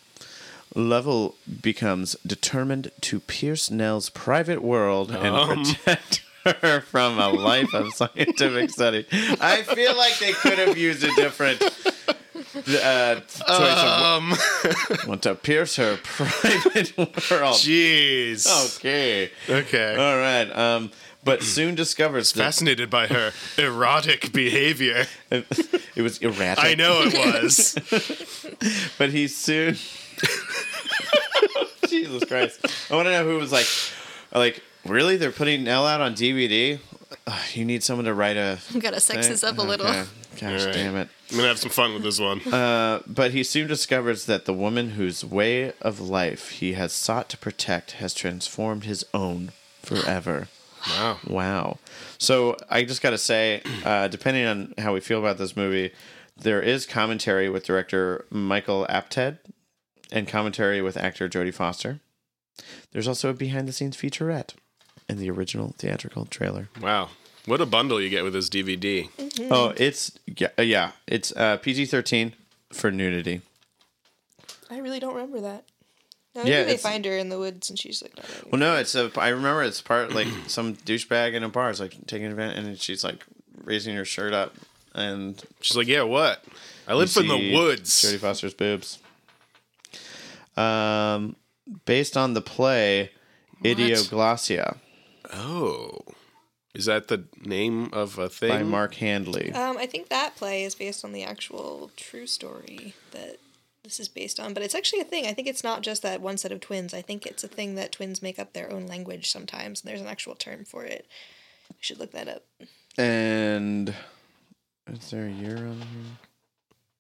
Speaker 2: Lovell becomes determined to pierce Nell's private world and
Speaker 3: Oh.
Speaker 2: protect her from a life
Speaker 3: *laughs*
Speaker 2: of scientific study. I feel like they could have used a different uh, choice
Speaker 3: Um.
Speaker 2: of *laughs* want to pierce her private world.
Speaker 3: *laughs* Jeez.
Speaker 2: Oh. Okay,
Speaker 3: Okay.
Speaker 2: all right. Um, but soon discovers that
Speaker 3: Fascinated by her erotic behavior.
Speaker 2: *laughs* it was erratic.
Speaker 3: I know
Speaker 2: *laughs*
Speaker 3: it was.
Speaker 2: but he soon. *laughs* Jesus Christ! I want to know who was like, like really? They're putting Nell out on DVD. Ugh, you need someone to write a.
Speaker 4: gotta sex this up a
Speaker 2: Okay.
Speaker 4: little.
Speaker 2: Gosh
Speaker 3: All right.
Speaker 2: damn it! Uh,
Speaker 3: I'm gonna have some fun with this one.
Speaker 2: But he soon discovers that the woman whose way of life he has sought to protect has transformed his own forever.
Speaker 3: wow.
Speaker 2: Wow. So I just got to say, uh, depending on how we feel about this movie, there is commentary with director Michael Apted and commentary with actor Jodie Foster. There's also a behind the scenes featurette and the original theatrical trailer.
Speaker 3: Wow. What a bundle you get with this DVD.
Speaker 2: Oh, it's yeah, uh, yeah it's uh, PG 13 for nudity.
Speaker 4: I really don't remember that. I
Speaker 2: Yeah,
Speaker 4: think they
Speaker 2: it's-
Speaker 4: find her in the woods and she's like,
Speaker 2: Well, no, it's a. I remember it's part like *clears throat* some douchebag in a bar is like taking advantage, and she's like raising her shirt up, and
Speaker 3: She's like, yeah, what? I live in the
Speaker 2: see
Speaker 3: woods.
Speaker 2: Jodie Foster's boobs. Um, based on the play Idioglossia
Speaker 3: Oh. Is that the name of a thing?
Speaker 2: by Mark Handley.
Speaker 4: Um, I think that play is based on the actual true story that this is based on, but it's actually a thing. I think it's not just that one set of twins. I think it's a thing that twins make up their own language sometimes, and there's an actual term for it. I should look that up.
Speaker 2: And is there a year on here?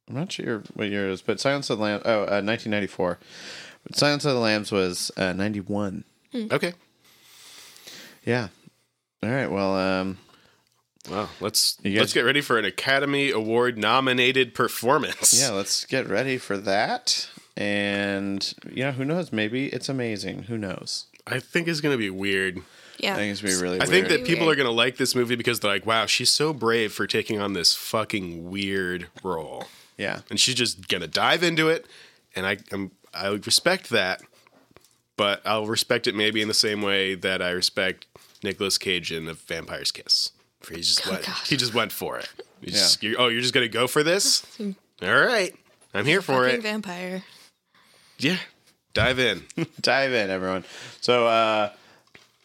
Speaker 2: I'm not sure what year it is, but Silence of the Lambs. Oh, uh, 1994. But Silence of the Lambs was uh, 91.
Speaker 3: Okay.
Speaker 2: Yeah. All right. Well, um,
Speaker 3: Wow. Let's
Speaker 2: You guys-
Speaker 3: let's get ready for an Academy Award nominated performance.
Speaker 2: yeah, let's get ready for that. And you know, who knows? Maybe it's amazing. Who knows?
Speaker 3: I think it's gonna be weird.
Speaker 4: Yeah.
Speaker 2: I think it's gonna be really.
Speaker 3: I
Speaker 2: weird.
Speaker 3: think that
Speaker 4: Weird.
Speaker 3: people are going to like this movie because they're like, wow, she's so brave for taking on this fucking weird role.
Speaker 2: yeah.
Speaker 3: And she's just going to dive into it. And I am I respect that, but I'll respect it maybe in the same way that I respect Nicolas Cage in The Vampire's Kiss. For he just went,
Speaker 4: God.
Speaker 3: he just went for it. You
Speaker 2: Yeah.
Speaker 3: just- you're- oh, you're just going to go for this? All right. I'm here for it.
Speaker 4: vampire.
Speaker 3: yeah. Dive in.
Speaker 2: dive in everyone so uh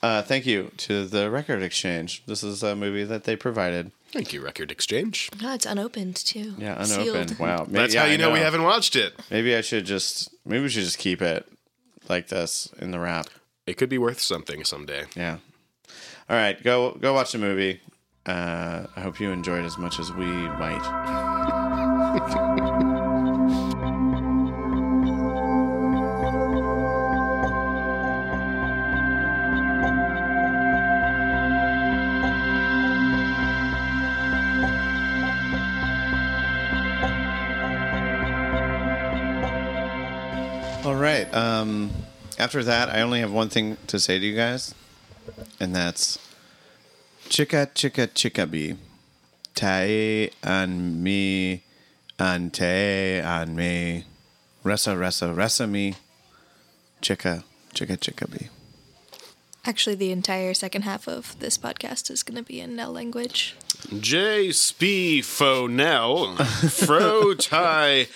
Speaker 2: uh thank you to the record exchange this is a movie that they provided
Speaker 3: Thank you, Record Exchange.
Speaker 4: No, it's unopened too.
Speaker 2: yeah unopened wow maybe,
Speaker 3: That's
Speaker 2: yeah,
Speaker 3: how you
Speaker 2: I
Speaker 3: know we haven't watched it.
Speaker 2: maybe i should just maybe we should just keep it like this in the wrap
Speaker 3: It could be worth something someday.
Speaker 2: yeah all right go go watch the movie uh i hope you enjoyed as much as we might All right. Um, after that, I only have one thing to say to you guys, and that's chica chica chica bee. Tai and me, and te and me. Ressa ressa ressa me. Chica chica chica bee.
Speaker 4: Actually, the entire second half of this podcast is going to be in Nell language.
Speaker 3: J Sp Fo *laughs* Nell Fro Tai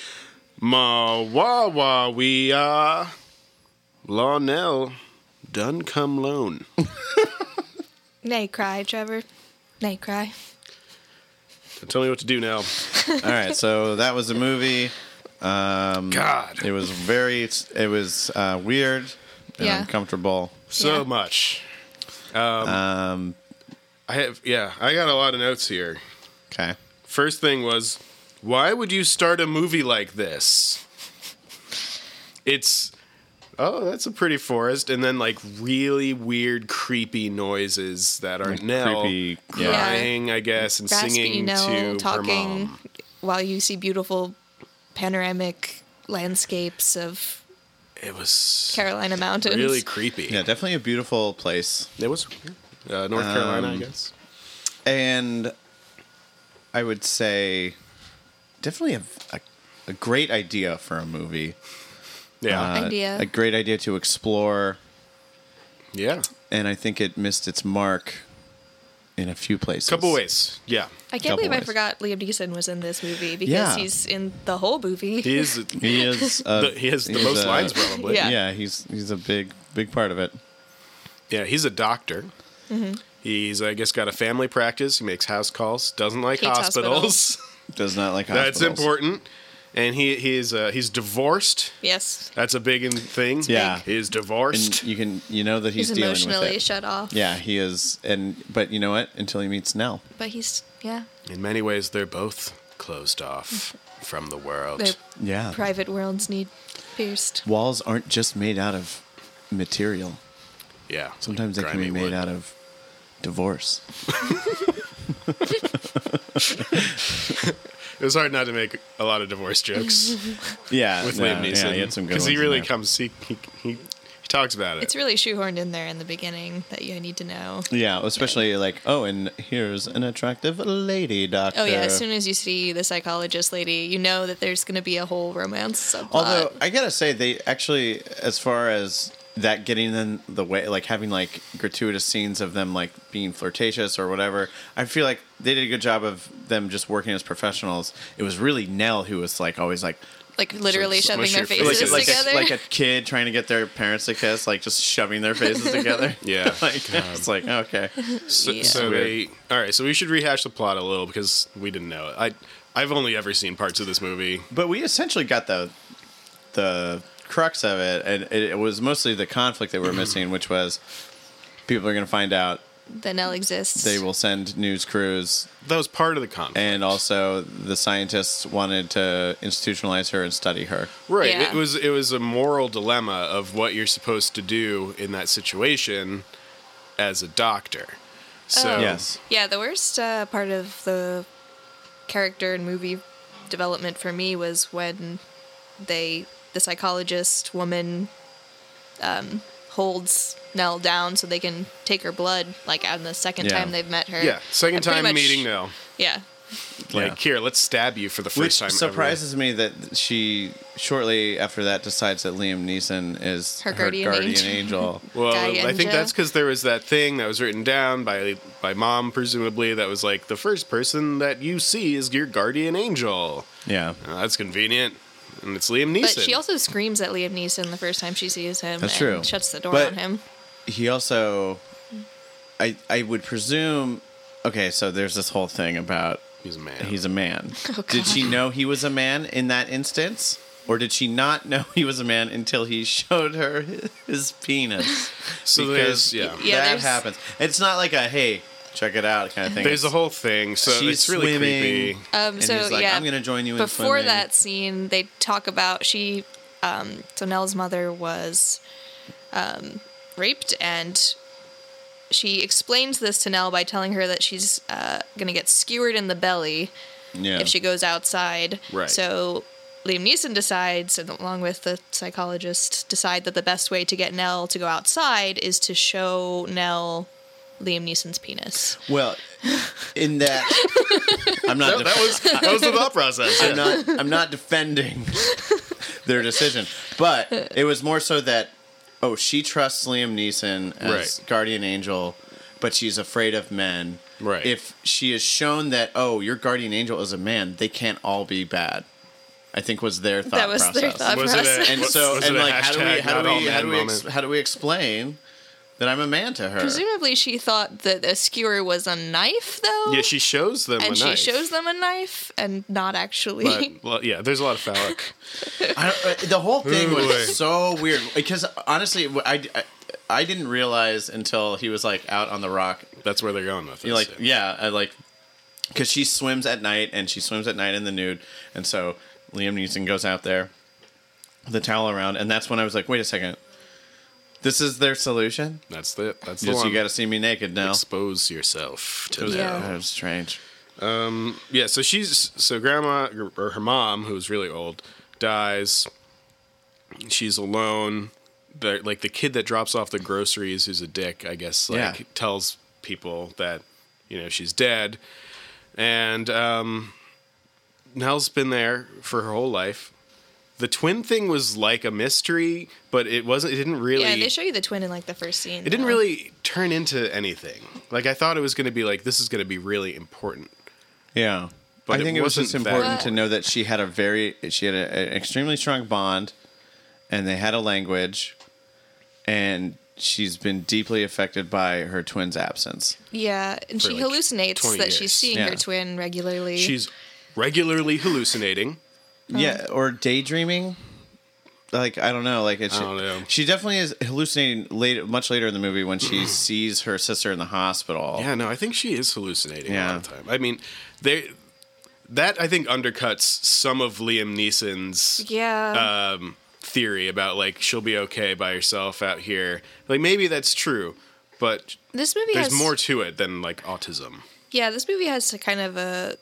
Speaker 3: Ma Wa Wa We Ah Law Nell Done Come Lone.
Speaker 4: Nay, cry, Trevor. Nay, cry.
Speaker 3: Tell me what to do now.
Speaker 2: All right. So that was the movie.
Speaker 3: God,
Speaker 2: It was very. It was uh, weird and
Speaker 4: Yeah.
Speaker 2: uncomfortable.
Speaker 3: so
Speaker 4: Yeah.
Speaker 3: much. Um, I have yeah. I got a lot of notes here.
Speaker 2: Okay.
Speaker 3: First thing was, why would you start a movie like this? It's oh, that's a pretty forest, and then like really weird, creepy noises that are Nell
Speaker 2: Creepy. Yeah.
Speaker 3: crying, I guess, and
Speaker 4: Raspy,
Speaker 3: singing
Speaker 4: no,
Speaker 3: to her
Speaker 4: talking
Speaker 3: mom.
Speaker 4: while you see beautiful panoramic landscapes of
Speaker 3: It was
Speaker 4: Carolina mountains.
Speaker 3: really creepy.
Speaker 2: Yeah. Definitely a beautiful place.
Speaker 3: It was uh, North Carolina,
Speaker 2: Um,
Speaker 3: I guess.
Speaker 2: and I would say definitely a, a, a great idea for a movie.
Speaker 3: Yeah,
Speaker 2: Uh,
Speaker 4: Idea.
Speaker 2: A great idea to explore,
Speaker 3: yeah.
Speaker 2: and I think it missed its mark in a few places.
Speaker 3: Couple ways. Yeah,
Speaker 4: I can't
Speaker 2: Double
Speaker 4: believe I
Speaker 2: ways.
Speaker 4: forgot Liam Neeson was in this movie because
Speaker 2: Yeah.
Speaker 4: he's in the whole movie.
Speaker 3: he
Speaker 4: *laughs*
Speaker 3: is.
Speaker 2: He is. A,
Speaker 3: the, he has the
Speaker 2: he's
Speaker 3: most
Speaker 2: a-
Speaker 3: lines probably.
Speaker 4: Yeah.
Speaker 2: Yeah, he's he's a big big part of it.
Speaker 3: Yeah, he's a doctor. He's, I guess, got a family practice. He makes house calls. Doesn't like
Speaker 4: Hates
Speaker 3: hospitals. *laughs*
Speaker 2: Does not like hospitals.
Speaker 3: That's important. And he he's uh, he's divorced.
Speaker 4: yes.
Speaker 3: That's a big in- thing.
Speaker 2: Yeah.
Speaker 3: he's
Speaker 2: And
Speaker 3: divorced.
Speaker 2: you can you know that he's,
Speaker 4: He's,
Speaker 2: dealing with
Speaker 4: emotionally
Speaker 2: it.
Speaker 4: shut off.
Speaker 2: Yeah, he is, and but you know what? Until he meets Nell,
Speaker 4: But he's, yeah,
Speaker 3: in many ways, they're both closed off from the world.
Speaker 4: their
Speaker 2: yeah,
Speaker 4: private worlds need pierced.
Speaker 2: walls aren't just made out of material.
Speaker 3: yeah,
Speaker 2: Sometimes they can
Speaker 3: grimy
Speaker 2: be made
Speaker 3: wood.
Speaker 2: out of divorce.
Speaker 3: It was hard not to make a lot of divorce jokes
Speaker 2: Yeah,
Speaker 3: with
Speaker 2: no,
Speaker 3: Liam Neeson.
Speaker 2: Yeah, he had some good
Speaker 3: because
Speaker 2: ones.
Speaker 3: he
Speaker 2: in
Speaker 3: really
Speaker 2: there.
Speaker 3: comes. He he, he he talks about it.
Speaker 4: It's really shoehorned in there in the beginning that you need to know.
Speaker 2: Yeah, especially like, oh, and here's an attractive lady doctor.
Speaker 4: Oh yeah, as soon as you see the psychologist lady, you know that there's going to be a whole romance subplot.
Speaker 2: Although I gotta say, they actually, as far as that getting in the way, like having like gratuitous scenes of them like being flirtatious or whatever, I feel like they did a good job of them just working as professionals. It was really Nell who was like always like
Speaker 4: like literally
Speaker 3: So-
Speaker 4: shoving
Speaker 3: smush
Speaker 4: their
Speaker 3: your
Speaker 2: like
Speaker 3: faces.
Speaker 4: faces
Speaker 2: a, like,
Speaker 4: together.
Speaker 2: a, like a kid trying to get their parents to kiss, like just shoving their faces
Speaker 4: *laughs*
Speaker 2: together.
Speaker 3: Yeah.
Speaker 2: *laughs* like it's like okay,
Speaker 3: So,
Speaker 4: Yeah.
Speaker 3: so they
Speaker 2: Weird.
Speaker 3: all right. So we should rehash the plot a little because we didn't know it. I I've only ever seen parts of this movie.
Speaker 2: but we essentially got the the crux of it and it, it was mostly the conflict that we're missing which was people are going to find out
Speaker 4: then L exists.
Speaker 2: they will send news crews
Speaker 3: That was part of the conflict,
Speaker 2: and also the scientists wanted to institutionalize her and study her
Speaker 3: right?
Speaker 4: Yeah.
Speaker 3: It was it was a moral dilemma of what you're supposed to do in that situation as a doctor.
Speaker 4: Oh.
Speaker 3: So
Speaker 2: yes
Speaker 4: Yeah, the worst uh, part of the character and movie development for me was when they, the psychologist woman, um, holds Nell down so they can take her blood, like on the second
Speaker 2: Yeah.
Speaker 4: time they've met her.
Speaker 3: yeah, second
Speaker 4: And pretty
Speaker 3: time
Speaker 4: much-
Speaker 3: meeting now.
Speaker 4: Yeah.
Speaker 3: Like
Speaker 2: Oh. Yeah.
Speaker 3: here, let's stab you for the first
Speaker 2: which
Speaker 3: time. ever.
Speaker 2: surprises me that she shortly after that decides that liam neeson is
Speaker 4: Her
Speaker 2: her,
Speaker 4: guardian
Speaker 2: guardian,
Speaker 4: angel.
Speaker 2: angel,
Speaker 3: *laughs* Well,
Speaker 4: Guy
Speaker 3: I think
Speaker 4: Enja.
Speaker 3: that's because there was that thing that was written down by by mom, presumably that was like the first person that you see is your guardian angel.
Speaker 2: yeah
Speaker 3: Uh, that's convenient. And it's Liam
Speaker 4: But
Speaker 3: Neeson.
Speaker 4: she also screams at Liam Neeson the first time she sees him.
Speaker 2: That's
Speaker 4: and
Speaker 2: true.
Speaker 4: Shuts the door
Speaker 2: But-
Speaker 4: on him.
Speaker 2: he also I I would presume okay, so there's this whole thing about
Speaker 3: He's a man.
Speaker 2: he's a man.
Speaker 4: *laughs* Oh,
Speaker 2: did
Speaker 4: God.
Speaker 2: she know he was a man in that instance? Or did she not know he was a man until he showed her his penis?
Speaker 3: so there's yeah.
Speaker 4: Yeah,
Speaker 2: that
Speaker 4: there's-
Speaker 2: happens. It's not like a hey, check it out kind of thing.
Speaker 3: There's
Speaker 2: It's-
Speaker 3: the whole thing. So
Speaker 2: She's
Speaker 3: it's really
Speaker 2: swimming.
Speaker 3: creepy.
Speaker 4: Um,
Speaker 2: and
Speaker 4: so
Speaker 2: he's like,
Speaker 4: yeah,
Speaker 2: I'm gonna join you in
Speaker 4: before
Speaker 2: swimming."
Speaker 4: that scene, they talk about she, um, so Nell's mother was um, raped, and she explains this to Nell by telling her that she's uh, gonna get skewered in the belly
Speaker 2: yeah.
Speaker 4: if she goes outside.
Speaker 3: Right.
Speaker 4: So Liam Neeson decides, and along with the psychologist, decide that the best way to get Nell to go outside is to show Nell Liam Neeson's penis.
Speaker 2: Well, in
Speaker 4: *laughs*
Speaker 2: that, I'm not.
Speaker 3: That, that was that was the thought process.
Speaker 2: *laughs* I'm not I'm not
Speaker 4: *laughs*
Speaker 2: defending their decision, but it was more so that oh, she trusts Liam Neeson as
Speaker 3: Right.
Speaker 2: guardian angel, but she's afraid of men.
Speaker 3: Right.
Speaker 2: If she is shown that oh, your guardian angel is a man, they can't all be bad. I think was their thought
Speaker 4: that was
Speaker 2: process.
Speaker 4: their
Speaker 3: *laughs*
Speaker 4: thought
Speaker 3: Was it a-
Speaker 4: process.
Speaker 2: And so
Speaker 3: Was it
Speaker 2: and
Speaker 3: a
Speaker 2: like how do we
Speaker 3: hashtag
Speaker 2: how do
Speaker 3: not all
Speaker 2: we how
Speaker 3: man
Speaker 2: do we, ex-
Speaker 3: moment?
Speaker 2: how do we explain that I'm a man to her?
Speaker 4: Presumably, she thought that a skewer was a knife, though.
Speaker 3: yeah, she shows them,
Speaker 4: and
Speaker 3: a
Speaker 4: she
Speaker 3: knife,
Speaker 4: shows them a knife, and not actually.
Speaker 3: But, well, yeah, there's a lot of phallic.
Speaker 2: I don't, uh, the whole thing
Speaker 3: Ooh, boy.
Speaker 2: was so weird because honestly, w- I, I, I didn't realize until he was like out on the rock.
Speaker 3: That's where they're going with this.
Speaker 2: You're like, yeah, I like because she swims at night and she swims at night in the nude, and so Liam Neeson goes out there with a towel around, and that's when I was like, wait a second, this is their solution.
Speaker 3: that's the that's the
Speaker 2: Just
Speaker 3: one.
Speaker 2: you got to see me naked now.
Speaker 3: expose yourself to
Speaker 4: Yeah.
Speaker 3: them.
Speaker 2: That was strange.
Speaker 3: Yeah, so she's so grandma or her mom, who's really old, dies. She's alone. The like the kid that drops off the groceries, who's a dick, I guess, like
Speaker 2: Yeah.
Speaker 3: tells people that you know she's dead, and um, Nell's been there for her whole life. The twin thing was like a mystery, but it wasn't. It didn't really.
Speaker 4: *laughs* yeah, they show you the twin in like the first scene.
Speaker 3: It didn't really turn into anything. Like I thought it was going to be like this is going to be really important.
Speaker 2: Yeah.
Speaker 3: But
Speaker 2: I
Speaker 3: it
Speaker 2: think it was
Speaker 3: wasn't
Speaker 2: just
Speaker 3: that
Speaker 2: important to
Speaker 4: important.
Speaker 2: know that she had a very she had a, an extremely strong bond and they had a language and she's been deeply affected by her twin's absence.
Speaker 4: Yeah, and she
Speaker 3: like,
Speaker 4: hallucinates
Speaker 3: 20
Speaker 4: that she's
Speaker 3: years.
Speaker 4: seeing
Speaker 2: Yeah.
Speaker 4: her twin regularly.
Speaker 3: She's regularly hallucinating.
Speaker 2: Yeah, or daydreaming. Like I don't know, like it's
Speaker 3: I don't know.
Speaker 2: she definitely is hallucinating late much later in the movie
Speaker 3: *clears throat*
Speaker 2: when she sees her sister in the hospital.
Speaker 3: Yeah, no, I think she is hallucinating a
Speaker 2: Yeah.
Speaker 3: lot of the time. I mean, they that I think undercuts some of Liam Neeson's
Speaker 4: yeah,
Speaker 3: um, theory about like she'll be okay by herself out here. Like maybe that's true, but
Speaker 4: this movie
Speaker 3: there's
Speaker 4: has
Speaker 3: more to it than like autism.
Speaker 4: Yeah, this movie has a kind of a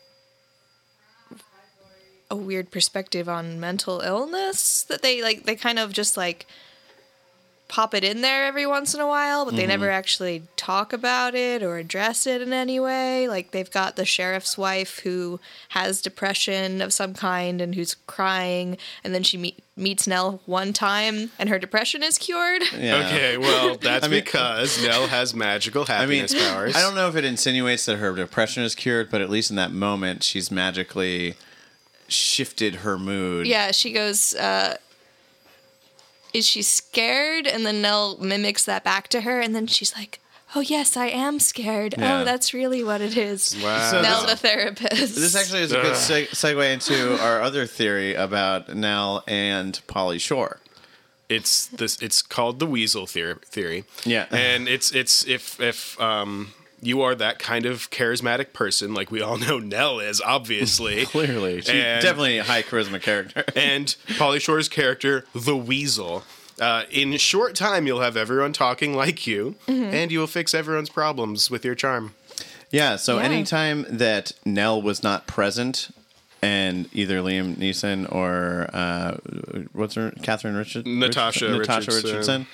Speaker 4: a weird perspective on mental illness that they like they kind of just like pop it in there every once in a while, but they never actually talk about it or address it in any way. Like they've got the sheriff's wife who has depression of some kind and who's crying, and then she meet, meets Nell one time and her depression is cured.
Speaker 2: Yeah.
Speaker 3: Okay, well that's
Speaker 2: *laughs* I mean-
Speaker 3: because Nell has magical
Speaker 2: I mean,
Speaker 3: happiness powers.
Speaker 2: I don't know if it insinuates that her depression is cured, but at least in that moment, she's magically shifted her mood.
Speaker 4: Yeah, she goes, uh, Is she scared? And then Nell mimics that back to her. And then she's like, Oh, yes, I am scared.
Speaker 2: Yeah.
Speaker 4: Oh, that's really what it is.
Speaker 3: Wow.
Speaker 2: So
Speaker 4: Nell,
Speaker 2: this-
Speaker 4: the therapist.
Speaker 2: This actually is a good seg- segue into our other theory about Nell and Polly Shore.
Speaker 3: It's this. It's called the weasel theory. Theory.
Speaker 2: *laughs* Yeah.
Speaker 3: And it's it's if if um you are that kind of charismatic person, like we all *laughs* know Nell is, obviously.
Speaker 2: Clearly, she's
Speaker 3: And-
Speaker 2: definitely a high charisma character.
Speaker 3: *laughs* and Polly Shore's character, the weasel. Uh, in short time, you'll have everyone talking like you,
Speaker 4: Mm-hmm.
Speaker 3: and you'll fix everyone's problems with your charm.
Speaker 2: yeah. So
Speaker 4: Yeah.
Speaker 2: anytime that Nell was not present, and either Liam Neeson or uh, what's her Catherine Richard
Speaker 3: Natasha
Speaker 2: Richardson- Natasha
Speaker 3: Richardson.
Speaker 2: Richardson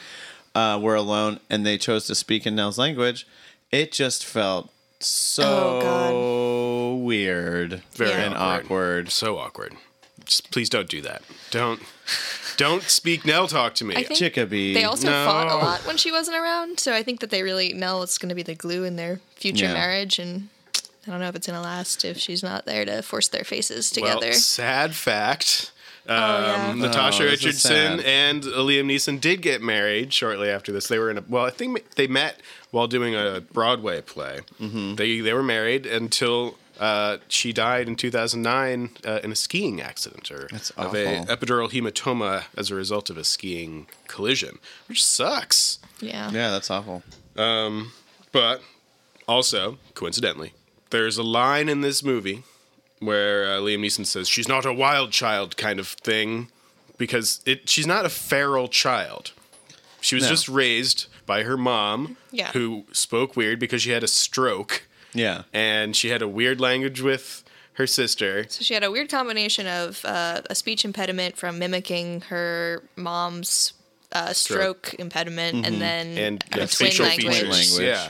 Speaker 2: uh, were alone, and they chose to speak in Nell's language, it just felt so
Speaker 4: Oh,
Speaker 2: weird
Speaker 3: Very
Speaker 2: and awkward.
Speaker 3: So awkward. Just please don't do that. Don't don't speak Nell talk to me.
Speaker 4: I think
Speaker 2: Chickabee.
Speaker 4: They also
Speaker 3: No.
Speaker 4: fought a lot when she wasn't around. So I think that they really, Nell is going to be the glue in their future
Speaker 2: Yeah.
Speaker 4: marriage. And I don't know if it's going to last if she's not there to force their faces
Speaker 3: well,
Speaker 4: together.
Speaker 3: sad fact.
Speaker 4: yeah.
Speaker 3: Um, Natasha
Speaker 2: Oh, this is
Speaker 3: Richardson
Speaker 2: sad.
Speaker 3: and Liam Neeson did get married shortly after this. They were in a well, I think they met while doing a Broadway play.
Speaker 2: Mm-hmm.
Speaker 3: They they were married until uh, she died in 2009 uh, in a skiing accident or
Speaker 2: That's
Speaker 3: of a
Speaker 2: awful.
Speaker 3: epidural hematoma as a result of a skiing collision, which sucks.
Speaker 4: yeah.
Speaker 2: yeah, that's awful.
Speaker 3: But also, coincidentally, there's a line in this movie where uh, Liam Neeson says she's not a wild child kind of thing because it she's not a feral child. She was
Speaker 2: No.
Speaker 3: just raised by her mom
Speaker 4: Yeah.
Speaker 3: who spoke weird because she had a stroke
Speaker 2: Yeah.
Speaker 3: and she had a weird language with her sister.
Speaker 4: So she had a weird combination of uh, a speech impediment from mimicking her mom's uh, stroke. impediment, and then
Speaker 3: And
Speaker 4: her
Speaker 3: yeah,
Speaker 4: twin
Speaker 3: facial
Speaker 4: language.
Speaker 2: Language.
Speaker 3: features. Yeah.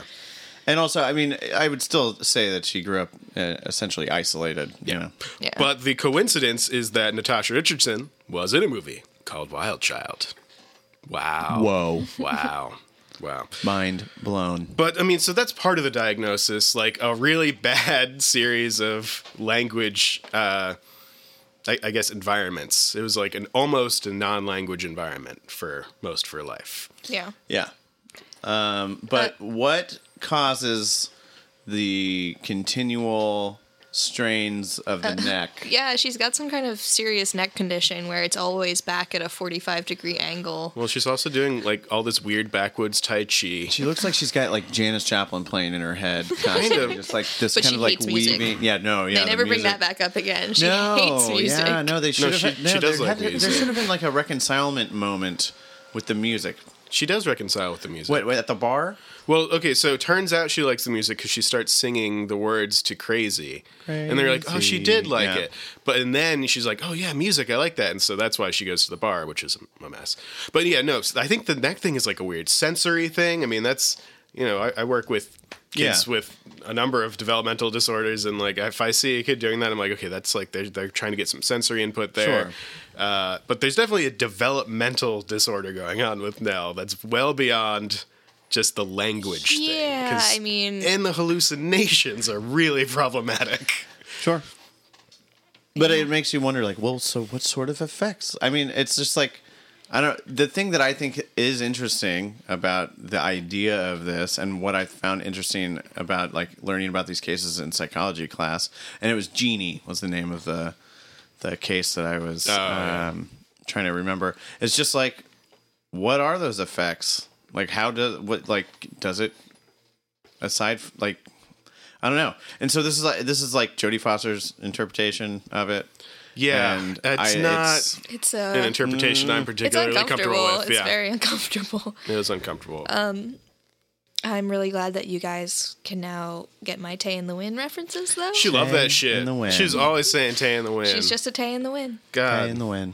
Speaker 2: And also, I mean, I would still say that she grew up uh, essentially isolated. Yeah. You know?
Speaker 4: Yeah.
Speaker 3: But the coincidence is that Natasha Richardson was in a movie called Wild Child. Wow.
Speaker 2: Whoa.
Speaker 3: Wow. wow.
Speaker 2: *laughs* Mind blown.
Speaker 3: But I mean, so that's part of the diagnosis, like a really *laughs* bad series of language, uh, I, I guess, environments. It was like an almost a non-language environment for most of her life.
Speaker 4: yeah.
Speaker 2: Yeah. Um, but what causes the continual strains of the neck?
Speaker 4: Uh, Yeah, she's got some kind of serious neck condition where it's always back at a 45 degree angle.
Speaker 3: Well, she's also doing like all this weird backwoods tai chi.
Speaker 2: She looks like she's got like Janis Joplin playing in her
Speaker 4: *laughs*
Speaker 2: head, constantly,
Speaker 3: of.
Speaker 2: just like this
Speaker 4: But
Speaker 2: kind
Speaker 4: she
Speaker 2: of like
Speaker 4: hates music.
Speaker 2: weaving. Yeah, no, yeah.
Speaker 4: they
Speaker 2: the
Speaker 4: never bring
Speaker 2: music-
Speaker 4: that back up again. She
Speaker 2: No,
Speaker 4: hates music.
Speaker 2: yeah, no, they should
Speaker 3: she-
Speaker 2: have. no,
Speaker 3: she does like
Speaker 2: there, had- there
Speaker 3: music.
Speaker 2: should have been like a reconcilement moment with the music.
Speaker 3: She does reconcile with the music.
Speaker 2: Wait, wait, at the bar?
Speaker 3: Well, okay, so it turns out she likes the music because she starts singing the words to Crazy. And they're like, oh, she did like
Speaker 2: Yeah.
Speaker 3: it. But and then she's like, oh, yeah, music, I like that. And so that's why she goes to the bar, which is a- a mess. But yeah, no, so I think the neck thing is like a weird sensory thing. I mean, that's, you know, I, I work with kids
Speaker 2: Yeah.
Speaker 3: with a number of developmental disorders. And like, if I see a kid doing that, I'm like, okay, that's like they're, they're trying to get some sensory input there.
Speaker 2: Sure.
Speaker 3: Uh, but there's definitely a developmental disorder going on with Nell that's well beyond just the language thing.
Speaker 4: Yeah,
Speaker 3: 'cause-
Speaker 4: I mean-
Speaker 3: and the hallucinations are really problematic. *laughs*
Speaker 2: Sure. But it makes you wonder, like, well, so what sort of effects? I mean, it's just like, I don't. The thing that I think is interesting about the idea of this, and what I found interesting about like learning about these cases in psychology class, and it was Jeannie was the name of the the case that I was
Speaker 3: yeah.
Speaker 2: um, trying to remember. It's just like, what are those effects? Like, how does what like does it aside f- like I don't know. And so this is like this is like Jodie Foster's interpretation of it.
Speaker 3: Yeah,
Speaker 2: And
Speaker 3: that's
Speaker 2: I-
Speaker 3: not
Speaker 2: it's- mm.
Speaker 4: It's a.
Speaker 3: an interpretation I'm
Speaker 4: it's
Speaker 3: particularly
Speaker 4: uncomfortable.
Speaker 3: comfortable with.
Speaker 4: It's
Speaker 3: yeah,
Speaker 4: very *laughs* Um, uncomfortable.
Speaker 3: it was uncomfortable.
Speaker 4: I'm really glad that you guys can now get my Tay in the Wind references, though.
Speaker 3: she loved
Speaker 2: Tay
Speaker 3: that shit.
Speaker 2: in the wind.
Speaker 3: She's always saying "Tay in the wind."
Speaker 4: She's just a Tay in the Wind.
Speaker 2: Tay
Speaker 3: God,
Speaker 2: in the wind.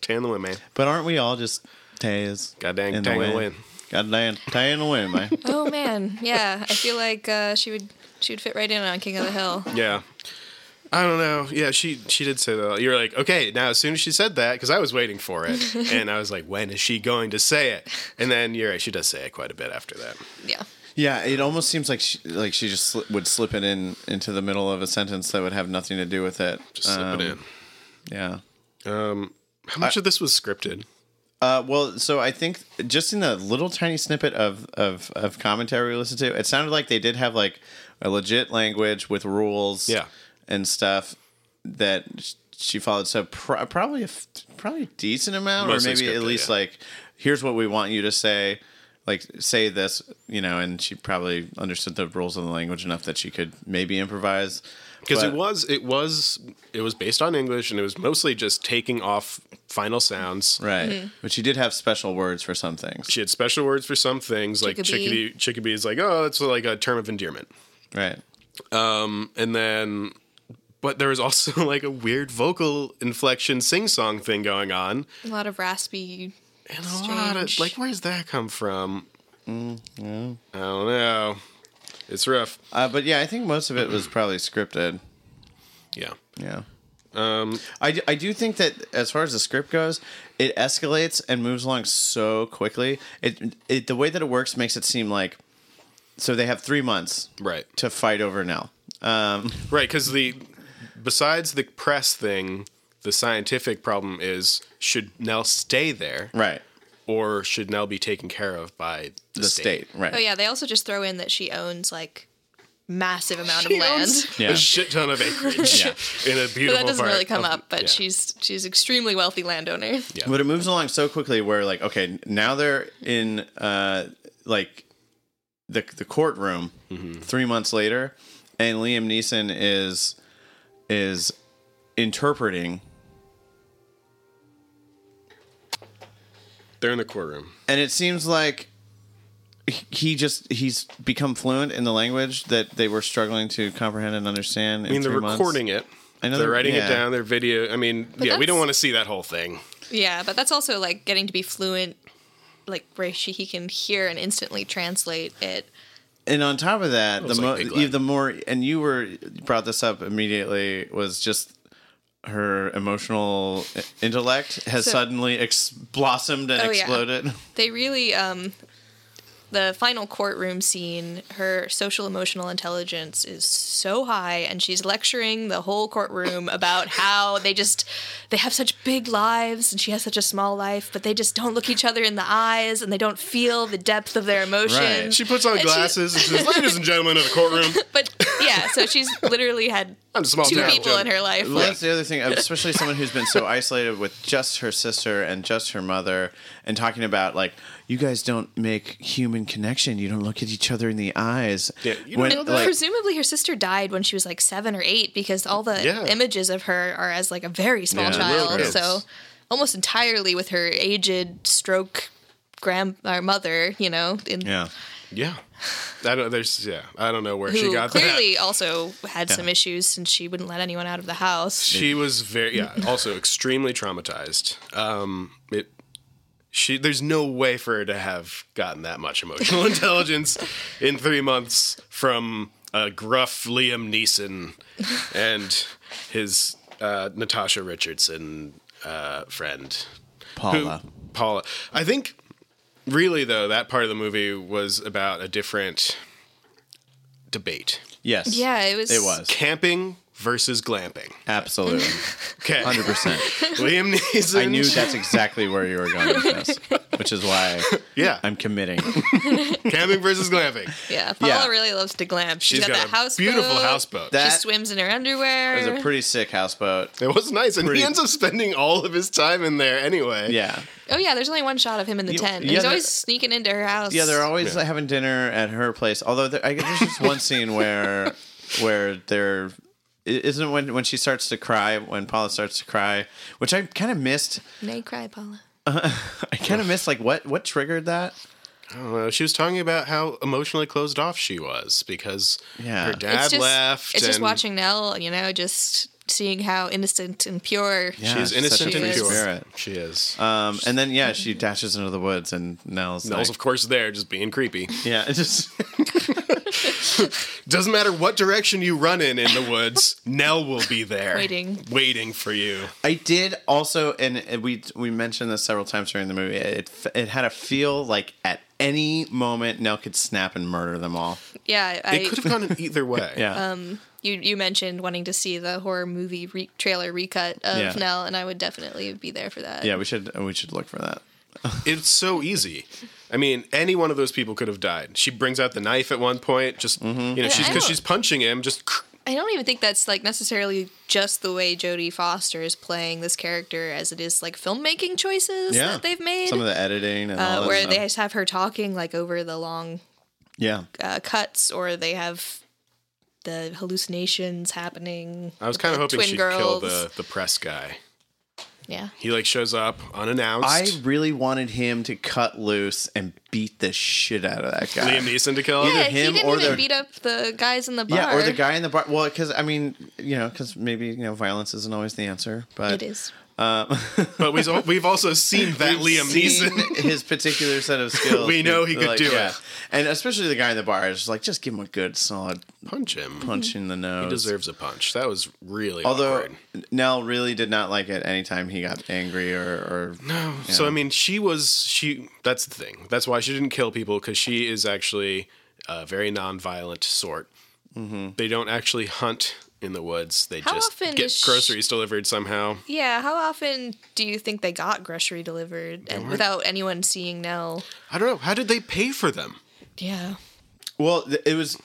Speaker 3: "Tay in the wind," man.
Speaker 2: But aren't we all just Tays?
Speaker 3: God dang, Tay in the wind.
Speaker 2: God dang, Tay in the wind, man.
Speaker 4: Oh, man. Yeah, I feel like uh, she would. She would fit right in on King of the Hill.
Speaker 3: Yeah. I don't know. Yeah, she she did say that. You're like, okay, now as soon as she said that, because I was waiting for
Speaker 4: *laughs*
Speaker 3: it, and I was like, when is she going to say it? And then you're right, she does say it quite a bit after that.
Speaker 4: Yeah.
Speaker 2: *laughs* yeah, it almost seems like she, like she just sli- would slip it in into the middle of a sentence that would have nothing to do with it.
Speaker 3: Just slip it
Speaker 2: Um,
Speaker 3: in.
Speaker 2: in. Yeah.
Speaker 3: How much of this was scripted?
Speaker 2: Uh, well, so I think just in the little tiny snippet of, of, of commentary we listened to, it sounded like they did have like a legit language with rules,
Speaker 3: Yeah.
Speaker 2: and stuff that sh- she followed. So pr- probably a f- probably a decent amount,
Speaker 3: Mostly
Speaker 2: or maybe at
Speaker 3: scripted,
Speaker 2: least
Speaker 3: yeah.
Speaker 2: like here's what we want you to say, like say this, you know. And she probably understood the rules of the language enough that she could maybe improvise.
Speaker 3: Because it
Speaker 2: But-
Speaker 3: was it was it was based on English, and it was mostly just taking off final sounds.
Speaker 2: right, but she did have special words for some things,
Speaker 3: She had special words for some things, like
Speaker 4: Chickabee.
Speaker 3: chickadee. Chickadee is like, oh, it's like a term of endearment.
Speaker 2: right?
Speaker 3: and then but there was also *laughs* like a weird vocal inflection sing song thing going on
Speaker 4: A lot of raspy.
Speaker 3: and a lot of
Speaker 4: Strange.
Speaker 3: like where's that come from Mm, i don't know it's rough
Speaker 2: Uh, but yeah, I think most of it was probably scripted.
Speaker 3: yeah
Speaker 2: Yeah. Um, I, d- I do think that as far as the script goes, it escalates and moves along so quickly. It, it the way that it works makes it seem like so they have three months
Speaker 3: right
Speaker 2: to fight over Nell.
Speaker 3: right because the besides the press thing the scientific problem is should nell stay there
Speaker 2: Right.
Speaker 3: or should nell be taken care of by the,
Speaker 2: The, state. Right.
Speaker 4: Oh yeah, they also just throw in that she owns like massive amount of land. *laughs*
Speaker 2: Yeah.
Speaker 3: a shit ton of acreage
Speaker 2: Yeah.
Speaker 3: *laughs* in a beautiful
Speaker 4: But that doesn't
Speaker 3: part
Speaker 4: really come
Speaker 3: of-
Speaker 4: up. But
Speaker 3: yeah.
Speaker 4: she's she's extremely wealthy landowner.
Speaker 3: Yeah.
Speaker 2: But it moves along so quickly where like okay, now they're in uh like the the courtroom 3 months later and Liam Neeson is is interpreting
Speaker 3: they're in the courtroom
Speaker 2: and it seems like he just he's become fluent in the language that they were struggling to comprehend and understand.
Speaker 3: I mean, they're recording it.
Speaker 2: I know
Speaker 3: they're
Speaker 2: they're-
Speaker 3: writing
Speaker 2: yeah.
Speaker 3: it down. They're video. I mean, yeah, we
Speaker 4: that's-
Speaker 3: don't want to see that whole thing.
Speaker 4: Yeah, but that's also like getting to be fluent, like where she he can hear and instantly translate it.
Speaker 2: and on top of that, the,
Speaker 3: was
Speaker 2: mo-
Speaker 3: like Big
Speaker 2: you-
Speaker 3: Lab.
Speaker 2: the more, and you were you brought this up immediately was just her emotional i- intellect has
Speaker 4: So-
Speaker 2: suddenly ex- blossomed and
Speaker 4: Oh, yeah.
Speaker 2: exploded. *laughs*
Speaker 4: They really um the final courtroom scene, her social emotional intelligence is so high and she's lecturing the whole courtroom about how they just they have such big lives and she has such a small life, but they just don't look each other in the eyes and they don't feel the depth of their emotions.
Speaker 2: Right.
Speaker 3: She puts on
Speaker 4: And she-
Speaker 3: glasses and says, "Ladies and gentlemen of the courtroom, *laughs*
Speaker 4: But yeah, so she's literally had
Speaker 3: I'm a small
Speaker 4: two
Speaker 3: town
Speaker 4: people in her life.
Speaker 2: Well,
Speaker 4: Like,
Speaker 2: that's the other thing, especially someone who's
Speaker 3: *laughs*
Speaker 2: been so isolated with just her sister and just her mother, and talking about like you guys don't make human connection. You don't look at each other in the eyes.
Speaker 3: Yeah, you
Speaker 2: When,
Speaker 4: And
Speaker 2: like-
Speaker 4: presumably her sister died when she was like seven or eight because all the
Speaker 3: Yeah.
Speaker 4: images of her are as like a very small
Speaker 2: Yeah,
Speaker 4: child.
Speaker 2: little
Speaker 4: So
Speaker 2: kids.
Speaker 4: almost entirely with her aged stroke grand or mother, you know, in,
Speaker 2: yeah,
Speaker 3: Yeah, I don't. There's yeah. I don't know where
Speaker 4: who
Speaker 3: she got
Speaker 4: clearly
Speaker 3: that.
Speaker 4: also had some issues since she wouldn't let anyone out of the house.
Speaker 3: She was very yeah. Also extremely traumatized. Um, it. She there's no way for her to have gotten that much emotional *laughs* intelligence in three months from a gruff Liam Neeson and his uh, Natasha Richardson uh, friend who-
Speaker 2: Paula.
Speaker 3: Paula. I think really though that part of the movie was about a different debate.
Speaker 2: Yes.
Speaker 4: Yeah, it was-
Speaker 2: It was
Speaker 3: Camping versus glamping.
Speaker 4: *laughs*
Speaker 2: absolutely
Speaker 3: Okay.
Speaker 2: hundred percent.
Speaker 3: Liam Neeson.
Speaker 2: I knew that's exactly where you were going with this, which is why
Speaker 3: Yeah.
Speaker 2: I'm committing.
Speaker 3: Camping versus
Speaker 4: *laughs*
Speaker 3: glamping.
Speaker 4: Yeah, Paula
Speaker 2: Yeah.
Speaker 4: really loves to glamp. She's
Speaker 3: She's
Speaker 4: got,
Speaker 3: got
Speaker 4: that
Speaker 3: a
Speaker 4: houseboat.
Speaker 3: beautiful houseboat.
Speaker 2: That-
Speaker 4: she swims in her
Speaker 2: It
Speaker 4: underwear.
Speaker 2: was a pretty sick houseboat.
Speaker 3: it was nice, and
Speaker 2: Pretty-
Speaker 3: he ends up spending all of his time in there anyway.
Speaker 2: Yeah.
Speaker 4: oh yeah, there's only one shot of him in the
Speaker 2: Yeah,
Speaker 4: tent. and
Speaker 2: yeah,
Speaker 4: he's
Speaker 2: they're-
Speaker 4: always sneaking into her house.
Speaker 2: Yeah, they're always
Speaker 3: Yeah.
Speaker 2: having dinner at her place. Although there, I guess there's just one scene where
Speaker 3: *laughs*
Speaker 2: where they're i- isn't it when when she starts to cry when Paula starts to cry, which I kind of missed.
Speaker 4: Nay, cry, Paula.
Speaker 2: I kind of missed like what what triggered that.
Speaker 3: I don't know. She was talking about how emotionally closed off she was because
Speaker 2: Yeah.
Speaker 3: her
Speaker 2: It's
Speaker 3: dad left.
Speaker 4: It's just
Speaker 3: and
Speaker 4: watching Nell, you know, just seeing how innocent and pure.
Speaker 2: Yeah,
Speaker 3: She's innocent
Speaker 2: such a
Speaker 3: and
Speaker 2: free
Speaker 3: pure.
Speaker 2: spirit.
Speaker 3: She is.
Speaker 2: Um, and then yeah, she dashes into the woods and Nell's
Speaker 3: Nell's,
Speaker 2: like,
Speaker 3: of course, there just being creepy.
Speaker 2: yeah, it's just
Speaker 3: Doesn't matter what direction you run in in the
Speaker 4: *laughs*
Speaker 3: woods, Nell will be there.
Speaker 4: Waiting.
Speaker 3: Waiting for you.
Speaker 2: I did also, and and we we mentioned this several times during the movie. It it had a feel like at any moment Nell could snap and murder them all.
Speaker 4: Yeah,
Speaker 3: It
Speaker 4: I,
Speaker 3: could have gone in either way.
Speaker 2: Yeah,
Speaker 4: you you mentioned wanting to see the horror movie re- trailer recut of
Speaker 2: Yeah.
Speaker 4: Nell, and I would definitely be there for that.
Speaker 2: yeah. We should we should look for that.
Speaker 3: It's so easy. I mean, any one of those people could have died. She brings out the knife at one point, just you know, she's
Speaker 4: Mm-hmm. I
Speaker 3: because
Speaker 4: don't-
Speaker 3: she's punching him. Just *laughs*
Speaker 4: I don't even think that's like necessarily just the way Jodie Foster is playing this character, as it is like filmmaking choices
Speaker 2: Yeah.
Speaker 4: that they've made,
Speaker 2: Some of the editing and all
Speaker 4: uh,
Speaker 2: that
Speaker 4: where
Speaker 2: stuff.
Speaker 4: they just have her talking like over the long
Speaker 2: yeah.
Speaker 4: uh, cuts, or they have the hallucinations happening.
Speaker 3: I was
Speaker 4: with
Speaker 3: kind of
Speaker 4: the
Speaker 3: hoping
Speaker 4: twin
Speaker 3: she'd kill
Speaker 4: girls.
Speaker 3: the the press guy.
Speaker 4: yeah.
Speaker 3: He like shows up unannounced.
Speaker 2: I really wanted him to cut loose and beat the shit out of that guy.
Speaker 3: Liam Neeson to kill
Speaker 2: Either
Speaker 4: Yeah,
Speaker 3: him.
Speaker 4: he
Speaker 2: him
Speaker 4: didn't
Speaker 2: or
Speaker 4: even
Speaker 2: the-
Speaker 4: beat up the guys in the bar.
Speaker 2: yeah, or the guy in the bar. Well, because I mean, you know, because maybe you know, violence isn't always the answer, but
Speaker 4: It is.
Speaker 3: But we've al- we've also seen that Liam
Speaker 2: seen
Speaker 3: Neeson. *laughs*
Speaker 2: *laughs* his particular set of skills.
Speaker 3: We know he could do it.
Speaker 2: and especially the guy in the bar is just like, just give him a good solid
Speaker 3: Punch him.
Speaker 2: punch in the nose.
Speaker 3: He deserves a punch. That was really
Speaker 2: Although
Speaker 3: awkward.
Speaker 2: Nell really did not like it anytime he got angry or, or no.
Speaker 3: So I mean, she was she. That's the thing. That's why she didn't kill people because she is actually a very nonviolent sort.
Speaker 2: Mm-hmm.
Speaker 3: They don't actually hunt in the woods. They
Speaker 4: How
Speaker 3: just
Speaker 4: often
Speaker 3: get
Speaker 4: is she-
Speaker 3: groceries delivered somehow.
Speaker 4: Yeah, how often do you think they got grocery delivered and without anyone seeing Nell?
Speaker 3: I don't know. How did they pay for them?
Speaker 4: Yeah.
Speaker 2: Well, th- it was.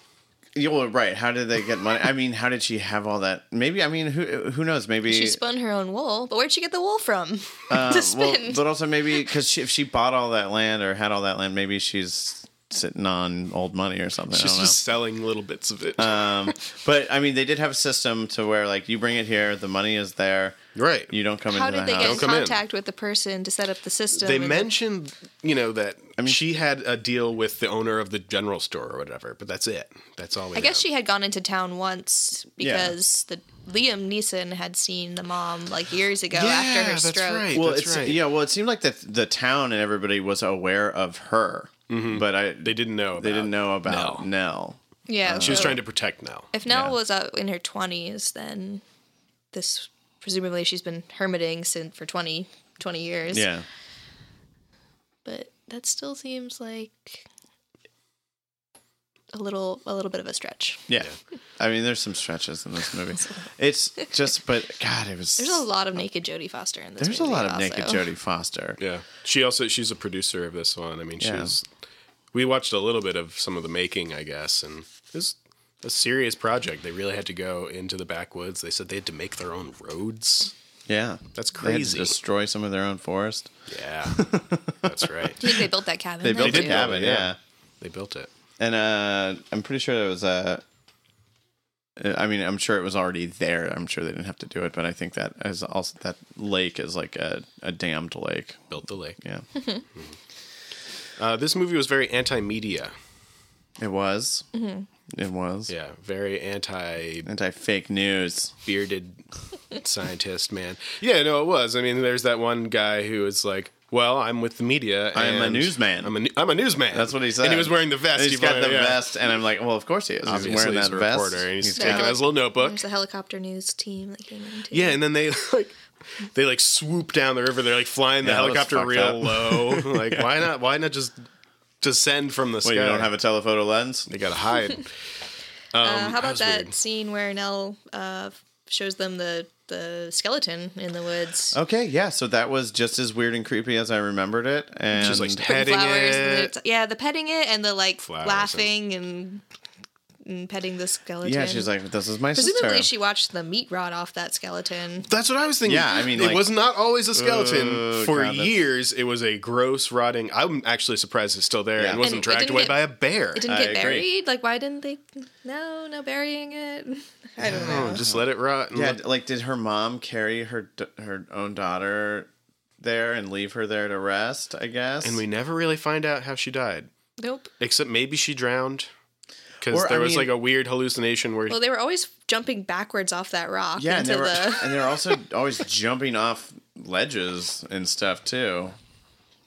Speaker 2: You were right. How did they get money? I mean, how did she have all that? Maybe I mean, who who knows? Maybe
Speaker 4: She spun her own wool, but where'd she get the wool from?
Speaker 2: uh,
Speaker 4: *laughs* to
Speaker 2: well,
Speaker 4: spin.
Speaker 2: but also maybe because she, if she bought all that land or had all that land, maybe she's sitting on old money or something. I
Speaker 3: She's
Speaker 2: don't know.
Speaker 3: just selling little bits of it. *laughs*
Speaker 2: Um, but I mean, they did have a system to where like you bring it here, the money is there,
Speaker 3: right.
Speaker 2: you don't come
Speaker 4: How
Speaker 2: into
Speaker 4: did
Speaker 2: the
Speaker 4: they get
Speaker 2: house.
Speaker 4: in
Speaker 3: Don't come in.
Speaker 4: contact with the person to set up the system?
Speaker 3: they
Speaker 4: and-
Speaker 3: mentioned, you know, that she had a deal with the owner of the general store or whatever, but that's it. That's all we
Speaker 4: I guess
Speaker 3: know.
Speaker 4: she had gone into town once because the Liam Neeson had seen the mom like years ago after her
Speaker 3: that's
Speaker 4: stroke.
Speaker 3: right.
Speaker 2: well,
Speaker 3: that's
Speaker 2: it's
Speaker 3: right.
Speaker 2: yeah. Well, it seemed like the the town and everybody was aware of her, but I
Speaker 3: Mm-hmm. They didn't know. About
Speaker 2: they didn't know about
Speaker 3: Nell.
Speaker 2: Nell.
Speaker 4: Yeah,
Speaker 3: She was trying to protect Nell.
Speaker 4: If Nell was uh, in her twenties, then this presumably she's been hermiting since for 20, 20 years.
Speaker 2: Yeah,
Speaker 4: but that still seems like a little a little bit of a stretch.
Speaker 2: yeah. I mean, there's some stretches in this
Speaker 4: *laughs*
Speaker 2: movie. It's just, but God, it was.
Speaker 4: There's a lot of naked Jodie Foster in this.
Speaker 2: there's a
Speaker 4: movie
Speaker 2: lot of
Speaker 4: also.
Speaker 2: naked Jodie Foster.
Speaker 3: Yeah. She also she's a producer of this one. I mean,
Speaker 2: Yeah.
Speaker 3: she's we watched a little bit of some of the making, I guess, and it was a serious project. They really had to go into the backwoods. They said they had to make their own roads.
Speaker 2: Yeah,
Speaker 3: That's
Speaker 2: They had to
Speaker 3: crazy.
Speaker 2: destroy some of their own forest.
Speaker 3: Yeah.
Speaker 2: *laughs*
Speaker 3: That's right.
Speaker 4: I think they built that cabin.
Speaker 2: They
Speaker 4: there,
Speaker 2: built a
Speaker 3: did
Speaker 4: too.
Speaker 3: build it,
Speaker 2: cabin.
Speaker 3: yeah.
Speaker 2: yeah.
Speaker 3: They built it.
Speaker 2: And uh, I'm pretty sure it was Uh, I mean, I'm sure it was already there. I'm sure they didn't have to do it, but I think that is also that lake is like a, a dammed lake.
Speaker 3: Built the lake.
Speaker 4: *laughs*
Speaker 2: Yeah,
Speaker 3: Uh, this movie was very anti-media.
Speaker 2: it was.
Speaker 4: Mm-hmm.
Speaker 2: It was.
Speaker 3: Yeah, very anti
Speaker 2: *laughs* Anti fake news.
Speaker 3: bearded scientist man. Yeah, no, it was. I mean, there's that one guy who is like, "Well, I'm with the media.
Speaker 2: I am a
Speaker 3: and
Speaker 2: newsman."
Speaker 3: I'm a, nu- I'm a newsman."
Speaker 2: That's what he said.
Speaker 3: And he was wearing the vest.
Speaker 2: He's
Speaker 3: You've
Speaker 2: got
Speaker 3: already-
Speaker 2: the
Speaker 3: yeah.
Speaker 2: vest, and I'm like, well, of course he is.
Speaker 3: Obviously,
Speaker 2: he's wearing that
Speaker 3: a
Speaker 2: vest.
Speaker 3: reporter, and he's,
Speaker 2: got-
Speaker 3: taking out his little notebook.
Speaker 4: There's a helicopter news team that came in. Too.
Speaker 3: Yeah, and then they *laughs* like they like swoop down the river. They're like flying the
Speaker 2: Yeah, that was
Speaker 3: helicopter
Speaker 2: fucked
Speaker 3: real
Speaker 2: up. *laughs*
Speaker 3: low. Like, why not? Why not just descend from the
Speaker 2: Wait,
Speaker 3: sky?
Speaker 2: you don't have a telephoto lens?
Speaker 3: They gotta hide.
Speaker 4: *laughs* uh, how about
Speaker 3: was
Speaker 4: that
Speaker 3: weird.
Speaker 4: scene where Nell uh, shows them the the skeleton in the woods?
Speaker 2: Okay, yeah. So that was just as weird and creepy as I remembered it. And
Speaker 3: She's like
Speaker 4: putting
Speaker 3: petting
Speaker 4: flowers in
Speaker 3: it.
Speaker 4: the- yeah, the petting it and the like
Speaker 3: Flowers and-
Speaker 4: laughing and, and petting the skeleton.
Speaker 2: yeah, she's like, this is my
Speaker 4: Presumably,
Speaker 2: sister.
Speaker 4: she watched the meat rot off that skeleton.
Speaker 3: That's what I was thinking.
Speaker 2: Yeah, I mean,
Speaker 3: it
Speaker 2: like-
Speaker 3: was not always a skeleton.
Speaker 2: Ugh,
Speaker 3: For
Speaker 2: God, that's-
Speaker 3: years, it was a gross, rotting. I'm actually surprised it's still there
Speaker 2: Yeah.
Speaker 3: and wasn't
Speaker 4: And it
Speaker 3: dragged
Speaker 4: didn't
Speaker 3: away
Speaker 4: get-
Speaker 3: by a bear.
Speaker 4: It didn't
Speaker 2: I
Speaker 4: get
Speaker 2: agree.
Speaker 4: buried. Like, why didn't they? No, no burying it. *laughs* I don't know.
Speaker 3: Oh, just let it rot. And
Speaker 2: Yeah,
Speaker 3: let-
Speaker 2: like did her mom carry her d- her own daughter there and leave her there to rest? I guess.
Speaker 3: and we never really find out how she died,
Speaker 4: Nope.
Speaker 3: except maybe she drowned because
Speaker 2: Or,
Speaker 3: there
Speaker 2: I
Speaker 3: was
Speaker 2: mean-
Speaker 3: like a weird hallucination where
Speaker 4: Well, they were always jumping backwards off that rock
Speaker 2: yeah, and they
Speaker 4: into
Speaker 2: were *laughs*
Speaker 4: the *laughs*
Speaker 2: and they were also always jumping off ledges and stuff too.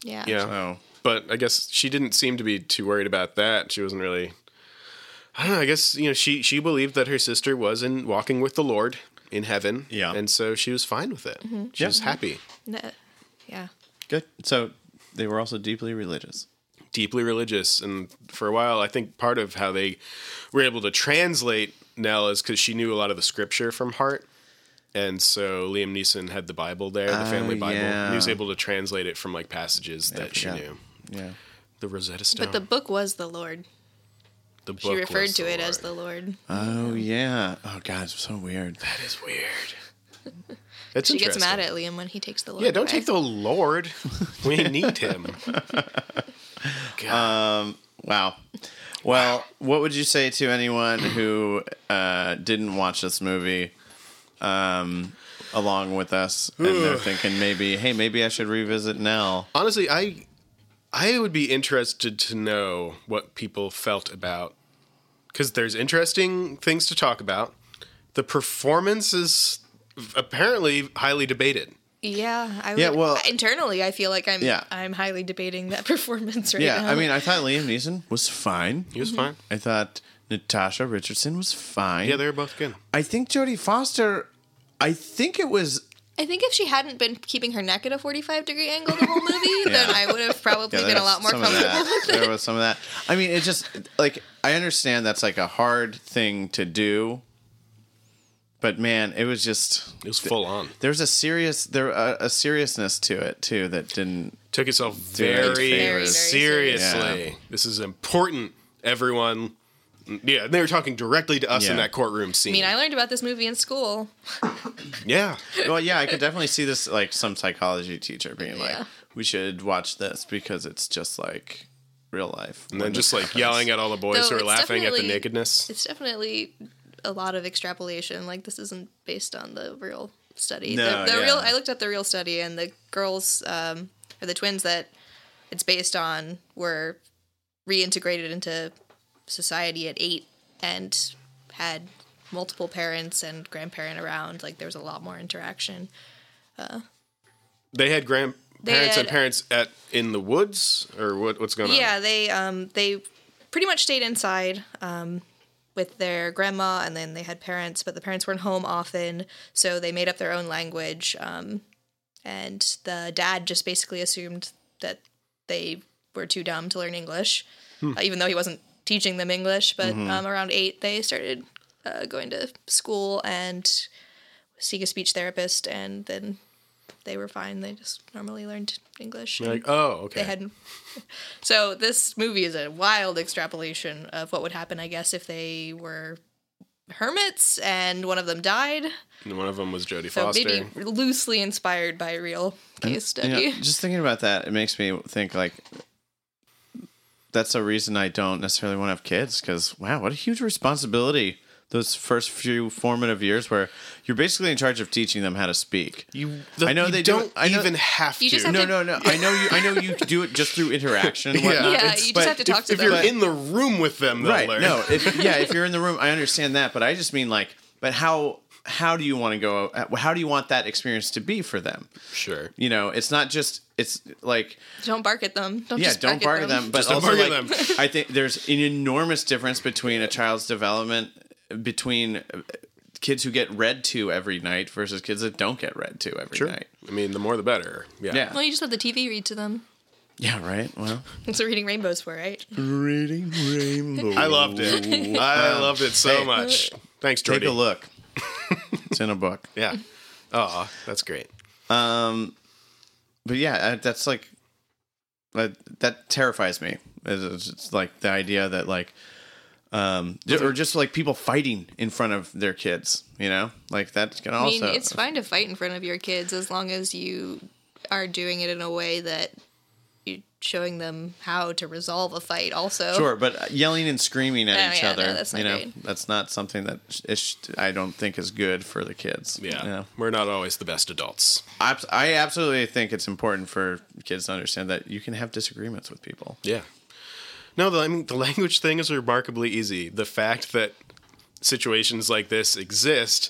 Speaker 4: yeah.
Speaker 3: yeah.
Speaker 2: Oh,
Speaker 3: But I guess she didn't seem to be too worried about that. She wasn't really. I don't know. I guess you know she she believed that her sister was in walking with the Lord in heaven.
Speaker 2: Yeah.
Speaker 3: and so she was fine with it. She
Speaker 4: Mm-hmm.
Speaker 2: Yeah.
Speaker 3: was happy.
Speaker 4: N- yeah.
Speaker 2: good. So they were also deeply religious.
Speaker 3: deeply religious and for a while i think part of how they were able to translate nell is because she knew a lot of the scripture from heart and so liam neeson had the bible there the family bible and he was
Speaker 2: Ah, yeah.
Speaker 3: able to translate it from like passages that she
Speaker 2: forgot.
Speaker 3: knew
Speaker 2: Yeah.
Speaker 3: the rosetta stone
Speaker 4: But the book was the Lord.
Speaker 3: the
Speaker 4: She
Speaker 3: book
Speaker 4: referred
Speaker 3: was
Speaker 4: to it as
Speaker 3: Lord.
Speaker 4: the Lord.
Speaker 2: Oh yeah. Oh god, it's so weird.
Speaker 3: that is weird *laughs* that's
Speaker 4: She gets mad
Speaker 3: interesting.
Speaker 4: at Liam when he takes the Lord.
Speaker 3: yeah don't
Speaker 4: away.
Speaker 3: take the lord *laughs* we need *laughs* him God.
Speaker 2: Wow. Well, what would you say to anyone who uh, didn't watch this movie um, along with us and they're thinking maybe, hey, maybe I should revisit Nell?
Speaker 3: honestly i i would be interested to know what people felt about because there's interesting things to talk about the performance is apparently highly debated
Speaker 4: Yeah, I would,
Speaker 2: Yeah, well-
Speaker 4: internally I feel like I'm
Speaker 2: Yeah.
Speaker 4: I'm highly debating that *laughs* performance right
Speaker 2: Yeah,
Speaker 4: now.
Speaker 2: I mean, I thought Liam Neeson was fine.
Speaker 3: he was
Speaker 4: Mm-hmm.
Speaker 3: fine
Speaker 2: I thought Natasha Richardson was fine.
Speaker 3: yeah they were both good
Speaker 2: I think Jodie Foster, I think it was.
Speaker 4: I think if she hadn't been keeping her neck at a 45 degree angle the whole movie,
Speaker 2: *laughs*
Speaker 4: then
Speaker 2: Yeah.
Speaker 4: I would have probably
Speaker 2: Yeah,
Speaker 4: been a
Speaker 2: there's
Speaker 4: lot more
Speaker 2: some of
Speaker 4: comfortable. *laughs*
Speaker 2: that. There was some of that. I mean, it just like I understand that's like a hard thing to do, but man, it was just
Speaker 3: it was full on
Speaker 2: there's a serious there a, a seriousnness to it too that didn't
Speaker 3: took itself
Speaker 2: Very,
Speaker 3: very,
Speaker 4: very serious.
Speaker 3: seriously this is important everyone yeah and they were talking directly to us in
Speaker 2: Yeah.
Speaker 3: that courtroom scene
Speaker 4: I mean, I learned about this movie in school.
Speaker 3: yeah
Speaker 2: well yeah i could definitely see this like some psychology teacher being
Speaker 4: Yeah.
Speaker 2: like we should watch this because it's just like real life.
Speaker 3: and then just like yelling at all the boys
Speaker 4: Though
Speaker 3: who are
Speaker 4: it's
Speaker 3: laughing at the
Speaker 4: definitely-
Speaker 3: nakedness.
Speaker 4: It's definitely a lot of extrapolation. Like this isn't based on the real study.
Speaker 2: No,
Speaker 4: the the
Speaker 2: yeah.
Speaker 4: real I looked up the real study and the girls um, or the twins that it's based on were reintegrated into society at eight and had multiple parents and grandparent around. Like there was a lot more interaction.
Speaker 3: They had grandparents and
Speaker 4: had-
Speaker 3: parents at in the woods, or what? What's going on?
Speaker 4: Yeah, they um they pretty much stayed inside um with their grandma and then they had parents, but the parents weren't home often, so they made up their own language um and the dad just basically assumed that they were too dumb to learn English. uh, even though he wasn't teaching them English, but um, around 8 they started uh, going to school and seek a speech therapist and then they were fine. They just normally learned English.
Speaker 3: They're
Speaker 4: and-
Speaker 3: Like, oh, okay.
Speaker 4: they had *laughs* so this movie is a wild extrapolation of what would happen i guess if they were hermits and one of them died
Speaker 3: and one of them was Jodie
Speaker 4: so
Speaker 3: Foster.
Speaker 4: maybe loosely inspired by a real case
Speaker 2: You know,
Speaker 4: study
Speaker 2: just thinking about that, it makes me think like that's a reason I don't necessarily want to have kids because wow, what a huge responsibility those first few formative years where you're basically in charge of teaching them how to speak.
Speaker 3: You,
Speaker 2: I know
Speaker 3: you
Speaker 2: they do-
Speaker 3: don't
Speaker 2: I know-
Speaker 3: even have to.
Speaker 4: You just have
Speaker 2: no,
Speaker 4: to-
Speaker 2: no, no. I know you. I know you do it just through interaction. And
Speaker 3: Yeah.
Speaker 2: whatnot.
Speaker 3: Yeah,
Speaker 4: *laughs* yeah
Speaker 2: It's-
Speaker 4: you
Speaker 2: but
Speaker 4: just have to
Speaker 2: if-
Speaker 4: talk to
Speaker 3: if
Speaker 4: them
Speaker 3: you're in the room with them, they'll
Speaker 2: right
Speaker 3: learn.
Speaker 2: no if, yeah if you're in the room i understand that but i just mean like but how how do you want to go how do you want that experience to be for them
Speaker 3: *laughs* sure.
Speaker 2: you know it's not just it's like
Speaker 4: *laughs* don't bark at them don't
Speaker 2: yeah
Speaker 4: just
Speaker 2: don't bark at them but
Speaker 3: Just don't
Speaker 2: also
Speaker 3: bark
Speaker 2: like,
Speaker 3: at them.
Speaker 2: *laughs* i think there's an enormous difference between a child's development between uh, kids who get read to every night versus kids that don't get read to every
Speaker 3: Sure.
Speaker 2: night
Speaker 3: I mean, the more the better. Yeah.
Speaker 2: yeah
Speaker 4: *laughs* well you just let the tv read to them
Speaker 2: yeah right well
Speaker 4: that's what reading rainbows for right
Speaker 2: reading rainbow
Speaker 3: I loved it. I loved it so
Speaker 2: hey.
Speaker 3: much. Thanks, Jordy.
Speaker 2: take a look *laughs* it's in a book Um,
Speaker 3: Yeah. Oh, that's great.
Speaker 2: but yeah, uh, that's like that that terrifies me. It's, it's- it's like the idea that like um ju- or just like people fighting in front of their kids, you know? Like that can
Speaker 4: i
Speaker 2: *laughs* also
Speaker 4: mean it's fine to fight in front of your kids as long as you are doing it in a way that you're showing them how to resolve a fight also
Speaker 2: Sure, but uh, yelling and screaming at
Speaker 4: Oh,
Speaker 2: each
Speaker 4: yeah, no,
Speaker 2: other,
Speaker 4: that's not
Speaker 2: you know,
Speaker 4: great.
Speaker 2: that's not something that sh- is, sh- I don't think is good for the kids.
Speaker 3: Yeah.
Speaker 2: you know?
Speaker 3: We're not always the best adults.
Speaker 2: Abs- I absolutely think it's important for kids to understand that you can have disagreements with people.
Speaker 3: Yeah. No, the, I mean, the *laughs* language thing is remarkably easy. The fact that situations like this exist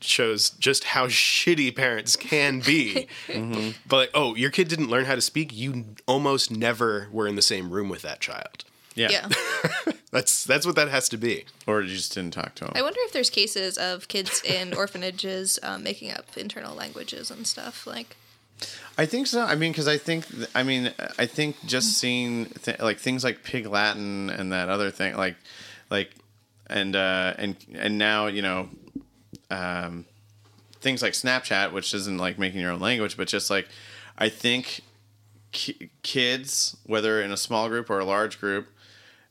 Speaker 3: shows just how shitty parents can
Speaker 2: *laughs*
Speaker 3: be. But like, oh, your kid didn't learn how to speak. You almost never were in the same room with that child.
Speaker 4: yeah
Speaker 3: That's that's what that has to be.
Speaker 2: or you just didn't talk to them.
Speaker 4: I wonder if there's cases of kids
Speaker 3: *laughs*
Speaker 4: in orphanages um, making up internal languages and stuff. Like,
Speaker 2: I think so. I mean, because I think, th- I mean, I think just seeing th- like things like Pig Latin and that other thing, like, like, and uh, and and now you know, um, things like Snapchat, which isn't like making your own language, but just like, I think ki- kids, whether in a small group or a large group,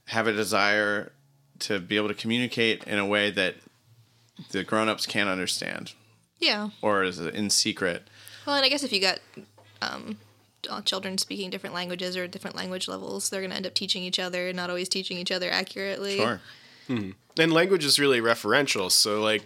Speaker 2: have a desire to be able to communicate in a way that the grown-ups can't understand
Speaker 4: yeah.
Speaker 2: or is in secret.
Speaker 4: Well, and I guess if you got um, children speaking different languages or different language levels, they're going to end up teaching each other, not always teaching each other accurately.
Speaker 2: Sure.
Speaker 3: and language is really referential. So like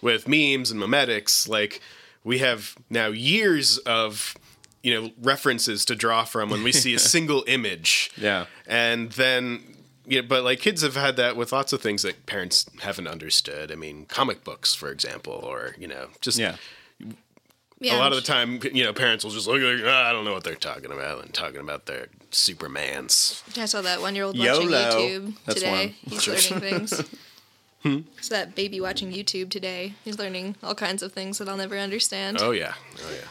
Speaker 3: with memes and memetics, like we have now years of you know references to draw from when we
Speaker 2: *laughs*
Speaker 3: see a single image.
Speaker 2: Yeah.
Speaker 3: And then yeah, but like kids have had that with lots of things that parents haven't understood. I mean, comic books, for example, or you know, just
Speaker 2: Yeah.
Speaker 4: Yeah.
Speaker 3: a lot of the time, you know, parents will just look like, "Ah, I don't know what they're talking about, and talking about their Supermans.
Speaker 4: I saw that one year old watching
Speaker 2: YOLO.
Speaker 4: YouTube
Speaker 3: *laughs*
Speaker 2: That's
Speaker 4: today.
Speaker 2: one.
Speaker 4: He's learning things.
Speaker 3: Hmm?
Speaker 4: So that baby watching YouTube today, he's learning all kinds of things that I'll never understand.
Speaker 3: Oh yeah, oh yeah,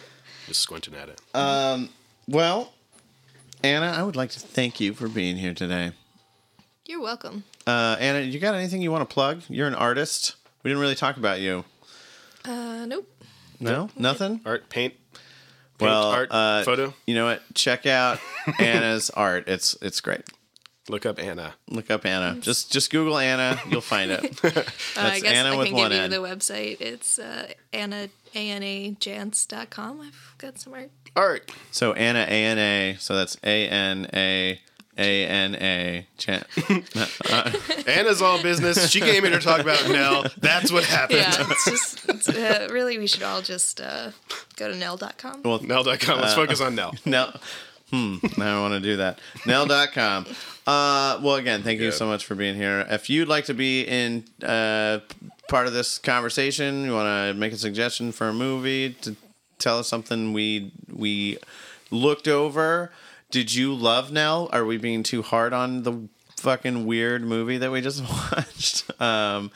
Speaker 3: just squinting at it.
Speaker 2: Well, Anna, I would like to thank you for being here today.
Speaker 4: You're welcome.
Speaker 2: Uh, Anna, you got anything you want to plug? You're an artist. We didn't really talk about you.
Speaker 4: Uh, nope.
Speaker 2: No, nothing.
Speaker 3: art, paint, paint
Speaker 2: Well,
Speaker 3: art,
Speaker 2: uh,
Speaker 3: photo.
Speaker 2: You know what?
Speaker 3: *laughs*
Speaker 2: Check out Anna's art. It's it's great.
Speaker 3: Look up Anna.
Speaker 2: Look up Anna. Just just Google Anna. You'll find it.
Speaker 4: Uh,
Speaker 2: That's
Speaker 4: I guess
Speaker 2: Anna
Speaker 4: I
Speaker 2: with
Speaker 4: can
Speaker 2: one
Speaker 4: give you
Speaker 2: N.
Speaker 4: the website. It's uh, Anna com. I've got some art.
Speaker 3: Art.
Speaker 2: So Anna A N A. So that's A N A A N A. Chan.
Speaker 3: Anna's all business. She came here to talk
Speaker 2: *laughs*
Speaker 3: about Nell. That's what happened.
Speaker 4: Yeah, *laughs* it's just it's, uh, really we should all just uh, go to nell.com.
Speaker 2: Well,
Speaker 3: Nell.com.
Speaker 2: Uh,
Speaker 3: Let's focus on
Speaker 2: *laughs*
Speaker 3: Nell.
Speaker 2: No. Hmm. I don't want to do that. Nell.com. Uh, well, again, thank you
Speaker 3: Good.
Speaker 2: so much for being here. If you'd like to be in uh, part of this conversation, you want to make a suggestion for a movie, to tell us something we we looked over. Did you love Nell? Are we being too hard on the fucking weird movie that we just *laughs* watched? Um,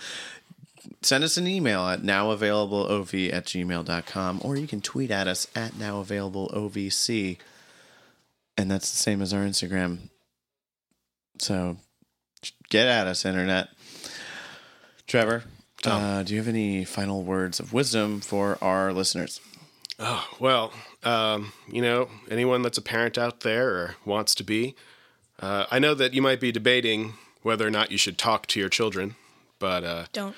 Speaker 2: send us an email at nowavailablelov at gmail.com or you can tweet at us at nowavailablelovc and that's the same as our Instagram. So get at us, internet. Trevor, uh, do you have any final words of wisdom for our listeners?
Speaker 3: Oh, well, um, you know, anyone that's a parent out there or wants to be, uh, I know that you might be debating whether or not you should talk to your children, but uh,
Speaker 4: Don't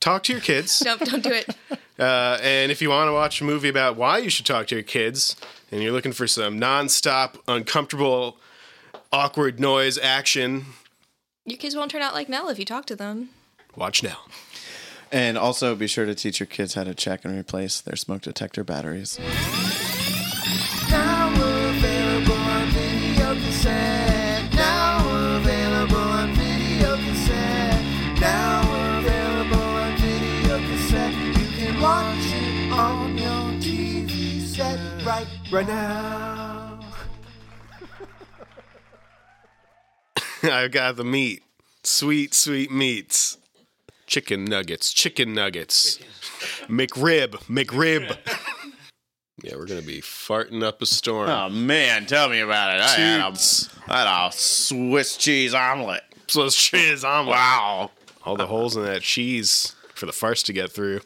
Speaker 3: talk to your kids.
Speaker 4: don't don't do it.
Speaker 3: Uh, and if you want to watch a movie about why you should talk to your kids and you're looking for some nonstop, uncomfortable, awkward noise action,
Speaker 4: Your kids won't turn out like Nell if you talk to them.
Speaker 3: watch now.
Speaker 2: And also be sure to teach your kids how to check and replace their smoke detector batteries.
Speaker 1: Now we're available on video cassette. Now we're available on video cassette. Now we're available on video cassette. You can watch it on your TV set right, right now.
Speaker 3: *laughs* I've got the meat. Sweet, sweet meats. Chicken nuggets. Chicken nuggets. McRib. *laughs* McRib. yeah, we're going to be farting up a storm.
Speaker 2: Oh man, tell me about it. I had a, I had a Swiss cheese omelet.
Speaker 3: So it's cheese omelet. Wow. All the holes in that cheese for the farce to get through.